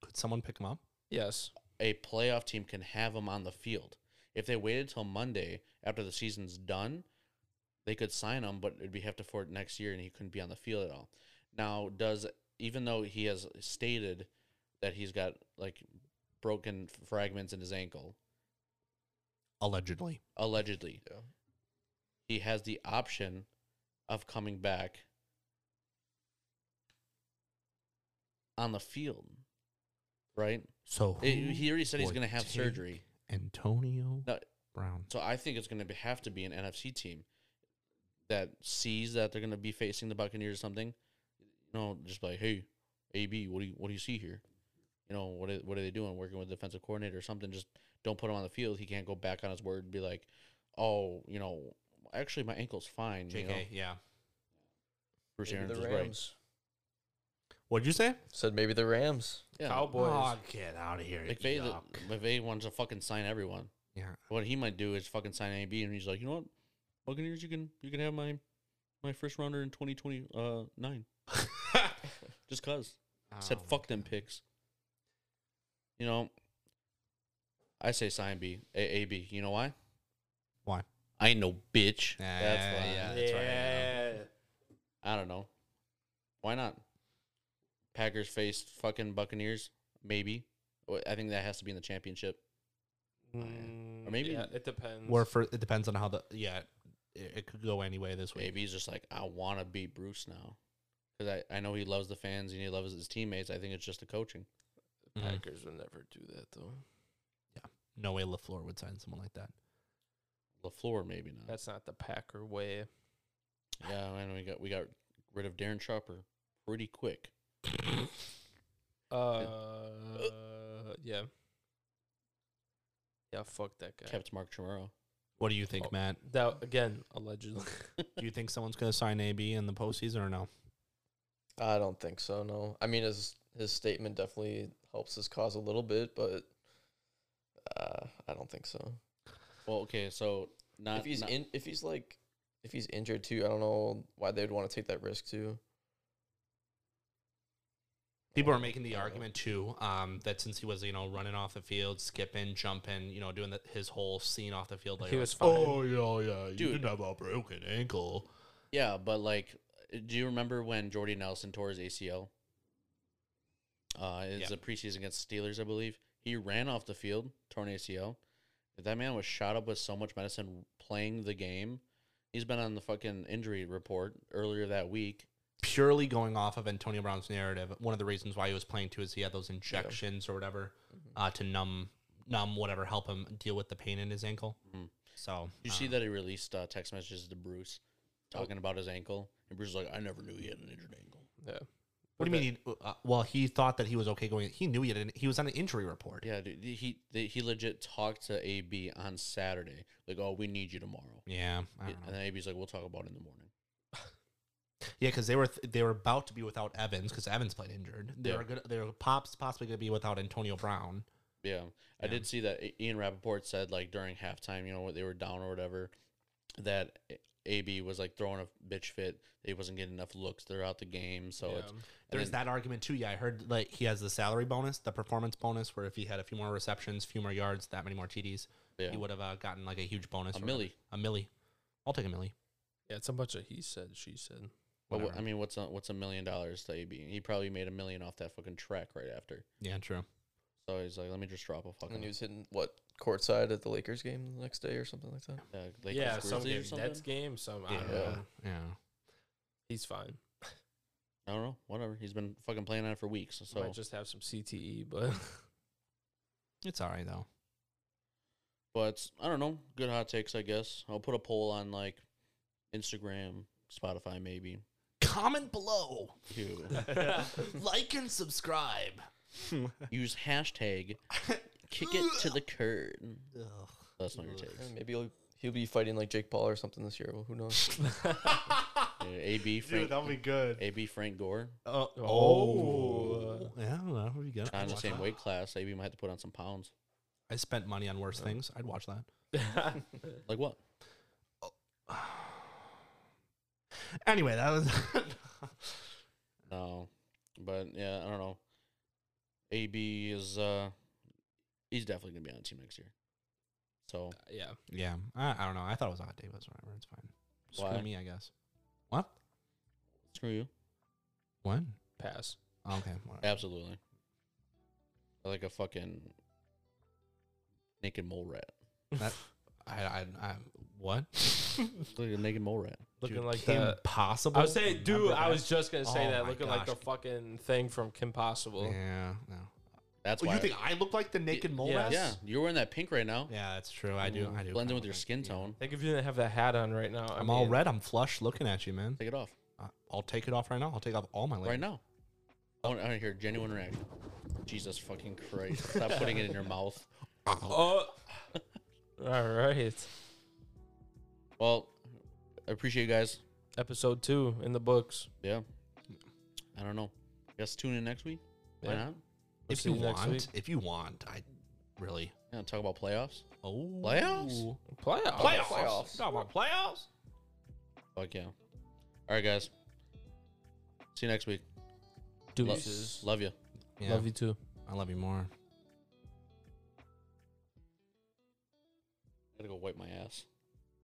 Speaker 3: Could someone pick him up?
Speaker 2: Yes,
Speaker 1: a playoff team can have him on the field. If they waited till Monday after the season's done, they could sign him, but it'd be have to for it next year, and he couldn't be on the field at all. Now, does even though he has stated that he's got like broken fragments in his ankle,
Speaker 3: Allegedly.
Speaker 1: allegedly,
Speaker 4: Yeah.
Speaker 1: he has the option of coming back on the field, right?
Speaker 3: So
Speaker 1: It-
Speaker 3: who
Speaker 1: he already said he's
Speaker 3: would
Speaker 1: going to have
Speaker 3: take
Speaker 1: surgery.
Speaker 3: Antonio
Speaker 1: No.
Speaker 3: Brown.
Speaker 1: So I think it's going to have to be an NFC team that sees that they're going to be facing the Buccaneers or something. You know, just be like, hey, AB, what do you what do you see here? You know, what are, what are they doing? Working with defensive coordinator or something? Just don't put him on the field. He can't go back on his word and be like, oh, you know, actually my ankle's fine. You know,
Speaker 3: yeah.
Speaker 1: Bruce
Speaker 4: Maybe
Speaker 1: Arians
Speaker 4: the
Speaker 1: was right.
Speaker 4: Rams.
Speaker 3: What'd you say? Oh,
Speaker 4: Said maybe the Rams.
Speaker 1: Yeah.
Speaker 2: Cowboys.
Speaker 3: get out of here.
Speaker 1: McVay,
Speaker 3: Yuck.
Speaker 1: the, McVay wants to fucking sign everyone.
Speaker 3: yeah.
Speaker 1: What he might do is fucking sign AB, and he's like, you know what, Buccaneers, you can you can have my my first rounder in twenty twenty uh nine, just cause [LAUGHS] said
Speaker 3: Oh,
Speaker 1: fuck them picks. You know, I say sign B A A B. You know why?
Speaker 3: Why?
Speaker 1: I ain't no bitch.
Speaker 3: Ah,
Speaker 1: That's why.
Speaker 3: yeah. that's right, I
Speaker 2: Mm.
Speaker 1: I don't know. Why not? Packers faced fucking Buccaneers. Maybe. Well, I think that has to be in the championship.
Speaker 2: Mm,
Speaker 1: Or maybe-
Speaker 2: yeah, it depends.
Speaker 3: Where for it depends on how the yeah, it, it could go any way this week.
Speaker 1: Maybe he's just like, I want to beat Bruce now. Because I, I know he loves the fans and he loves his teammates. I think it's just the coaching.
Speaker 2: the
Speaker 3: Mhm.
Speaker 1: Mm-hmm.
Speaker 2: Packers would never do that though.
Speaker 3: No way Lafleur would sign someone like that.
Speaker 1: LaFleur, maybe not.
Speaker 2: That's not the Packer way.
Speaker 1: yeah, man, we got we got rid of Darren Sharper pretty quick.
Speaker 2: Uh, yeah. Yeah, fuck that guy.
Speaker 1: Kept Mark Chamorro.
Speaker 3: What do you think,
Speaker 2: Oh.
Speaker 3: Matt?
Speaker 2: That again, allegedly.
Speaker 3: Do you think someone's going to sign AB in the postseason or no?
Speaker 4: I don't think so. No. I mean, his his statement definitely helps his cause a little bit, but uh, I don't think so.
Speaker 1: Well, okay, so not
Speaker 4: if he's
Speaker 1: not-
Speaker 4: in, if he's like, if he's injured too, I don't know why they'd want to take that risk too.
Speaker 3: People
Speaker 4: Yeah,
Speaker 3: are making the
Speaker 4: I don't know.
Speaker 3: argument too um, that since he was you know running off the field, skipping, jumping, you know, doing the, his whole scene off the field, like
Speaker 2: He was fine.
Speaker 3: Oh yeah, yeah, you
Speaker 1: Dude.
Speaker 3: didn't have a broken ankle.
Speaker 1: Yeah, but like, do you remember when Jordy Nelson tore his ACL? Uh, it's
Speaker 3: Yeah.
Speaker 1: a preseason against Steelers, I believe. He ran off the field, torn ACL. That man was shot up with so much medicine playing the game. He's been on the fucking injury report earlier that week.
Speaker 3: Purely going off of Antonio Brown's narrative, one of the reasons why he was playing too is he had those injections or whatever uh, to numb, numb whatever, help him deal with the pain in his ankle.
Speaker 1: Mhm.
Speaker 3: So
Speaker 1: You
Speaker 3: uh,
Speaker 1: see that he released uh, text messages to Bruce talking about his ankle, and Bruce is like, "I never knew he had an injured ankle."
Speaker 2: yeah.
Speaker 3: What do you
Speaker 2: But
Speaker 3: mean? He, uh, well, he thought that he was okay going. He knew he had. An, he was on an injury report.
Speaker 1: Yeah, dude, he they, he legit talked to AB on Saturday, like, "Oh, we need you tomorrow,"
Speaker 3: Yeah, I
Speaker 1: and
Speaker 3: don't know.
Speaker 1: then AB's like, "We'll talk about it in the morning."
Speaker 3: Yeah, because they were th- they were about to be without Evans because Evans played injured. They
Speaker 1: Yeah.
Speaker 3: were good. They were pops possibly going to be without Antonio Brown.
Speaker 1: Yeah. I
Speaker 3: Yeah.
Speaker 1: did see that I- Ian Rappaport said, like, during halftime, you know, what they were down or whatever, that A- AB was, like, throwing a bitch fit. He wasn't getting enough looks throughout the game. So
Speaker 2: yeah.
Speaker 1: it's, and
Speaker 3: There's
Speaker 1: then-
Speaker 3: that argument too. Yeah, I heard like he has the salary bonus, the performance bonus, where if he had a few more receptions, few more yards, that many more TDs, he
Speaker 1: yeah.
Speaker 3: would have uh, gotten like a huge bonus.
Speaker 1: a
Speaker 3: or whatever.
Speaker 1: milli.
Speaker 3: A milli. I'll take a milli.
Speaker 2: yeah, it's a bunch of he said, she said.
Speaker 1: But wha-
Speaker 3: Whatever.
Speaker 1: I mean, what's a, what's a million dollars to AB? He probably made a million off that fucking track right after.
Speaker 3: yeah, true.
Speaker 1: So he's like, let me just drop a
Speaker 4: And then
Speaker 1: fucking.
Speaker 4: he was hitting what courtside at the Lakers game the next day or something like that.
Speaker 1: Uh, Lakers
Speaker 2: yeah, some
Speaker 1: Grizzlies or
Speaker 2: game,
Speaker 1: something?
Speaker 2: Nets game, some. I
Speaker 3: Yeah.
Speaker 2: don't
Speaker 3: yeah,
Speaker 2: know. He's fine.
Speaker 1: I don't know. Whatever. He's been fucking playing on it for weeks. So
Speaker 2: Might just have some CTE, but [LAUGHS]
Speaker 3: it's all right though.
Speaker 1: But I don't know. Good hot takes, I guess. I'll put a poll on like Instagram, Spotify, maybe.
Speaker 3: Comment
Speaker 1: [LAUGHS]
Speaker 3: below,
Speaker 1: Ew.
Speaker 3: like and subscribe.
Speaker 1: Use
Speaker 3: [LAUGHS]
Speaker 1: hashtag kick it to the curb.
Speaker 3: Ugh. [LAUGHS]
Speaker 1: That's not your take.
Speaker 4: Yeah, maybe he'll, he'll be fighting like Jake Paul or something this year. Well, who knows?
Speaker 1: Yeah, AB Frank,
Speaker 3: that'll be good.
Speaker 1: AB Frank Gore.
Speaker 3: Uh, oh.
Speaker 2: Oh.
Speaker 3: yeah, that'll be good.
Speaker 1: Not in the
Speaker 3: Watch
Speaker 1: same
Speaker 3: that.
Speaker 1: weight class. AB might have to put on some pounds.
Speaker 3: I spent money on worse things. I'd watch that. [SIGHS]
Speaker 1: Like what?
Speaker 3: Anyway, that was [LAUGHS]
Speaker 1: No, but yeah, I don't know. AB is uh, he's definitely gonna be on the team next year. So
Speaker 3: yeah, yeah. I, I don't know. I thought it was a hot day, but it's whatever. It's fine.
Speaker 1: Why?
Speaker 3: Screw me, I guess.
Speaker 1: screw you.
Speaker 3: What?
Speaker 2: Pass.
Speaker 3: Oh, okay. whatever.
Speaker 1: Absolutely. Like a fucking naked mole rat.
Speaker 3: I, I, I, what?
Speaker 1: Like a naked mole rat.
Speaker 2: Looking
Speaker 3: Dude,
Speaker 2: like
Speaker 3: Kim
Speaker 2: that.
Speaker 3: Possible.
Speaker 2: I was saying, dude,
Speaker 3: Remember
Speaker 2: I
Speaker 3: that?
Speaker 2: was just gonna say
Speaker 3: Oh
Speaker 2: that,
Speaker 3: my
Speaker 2: looking like the
Speaker 3: gosh.
Speaker 2: fucking thing from Kim Possible.
Speaker 3: Yeah. No.
Speaker 1: That's
Speaker 3: Oh,
Speaker 1: why.
Speaker 3: you think I look like the naked mole
Speaker 2: yeah.
Speaker 3: rat?
Speaker 1: yeah, you're wearing that pink right now.
Speaker 3: Yeah, that's true. I do. I do.
Speaker 1: Blends in
Speaker 3: kinda
Speaker 1: with your
Speaker 3: look-
Speaker 1: skin
Speaker 3: yeah.
Speaker 1: tone.
Speaker 2: Like if you didn't have that hat on right now, I
Speaker 3: I'm all
Speaker 2: mean,
Speaker 3: red. I'm flush looking at you, man.
Speaker 1: Take it off
Speaker 3: I- I'll take it off right now. I'll take off all my layers.
Speaker 1: right now. I want to hear genuine reaction. Jesus fucking Christ! Stop putting it in your mouth.
Speaker 3: [LAUGHS]
Speaker 2: [LAUGHS] Oh. all right.
Speaker 1: Well, I appreciate you guys.
Speaker 2: Episode two in the books.
Speaker 1: Yeah. I don't know. Guess tune in next week. Why
Speaker 2: Yeah.
Speaker 1: not?
Speaker 2: We'll
Speaker 3: if
Speaker 2: see
Speaker 3: you
Speaker 2: next
Speaker 3: want,
Speaker 2: week.
Speaker 3: if you want, I really.
Speaker 1: Yeah, talk about playoffs.
Speaker 3: Oh,
Speaker 1: Playoffs?
Speaker 2: playoffs.
Speaker 3: Playoffs.
Speaker 4: Playoffs.
Speaker 3: Talking about playoffs.
Speaker 1: Fuck yeah. All right, guys. See you next week. Lo-
Speaker 2: Deuces.
Speaker 1: love you.
Speaker 3: Yeah,
Speaker 2: Love you too.
Speaker 3: I love you more.
Speaker 1: I gotta go wipe my ass.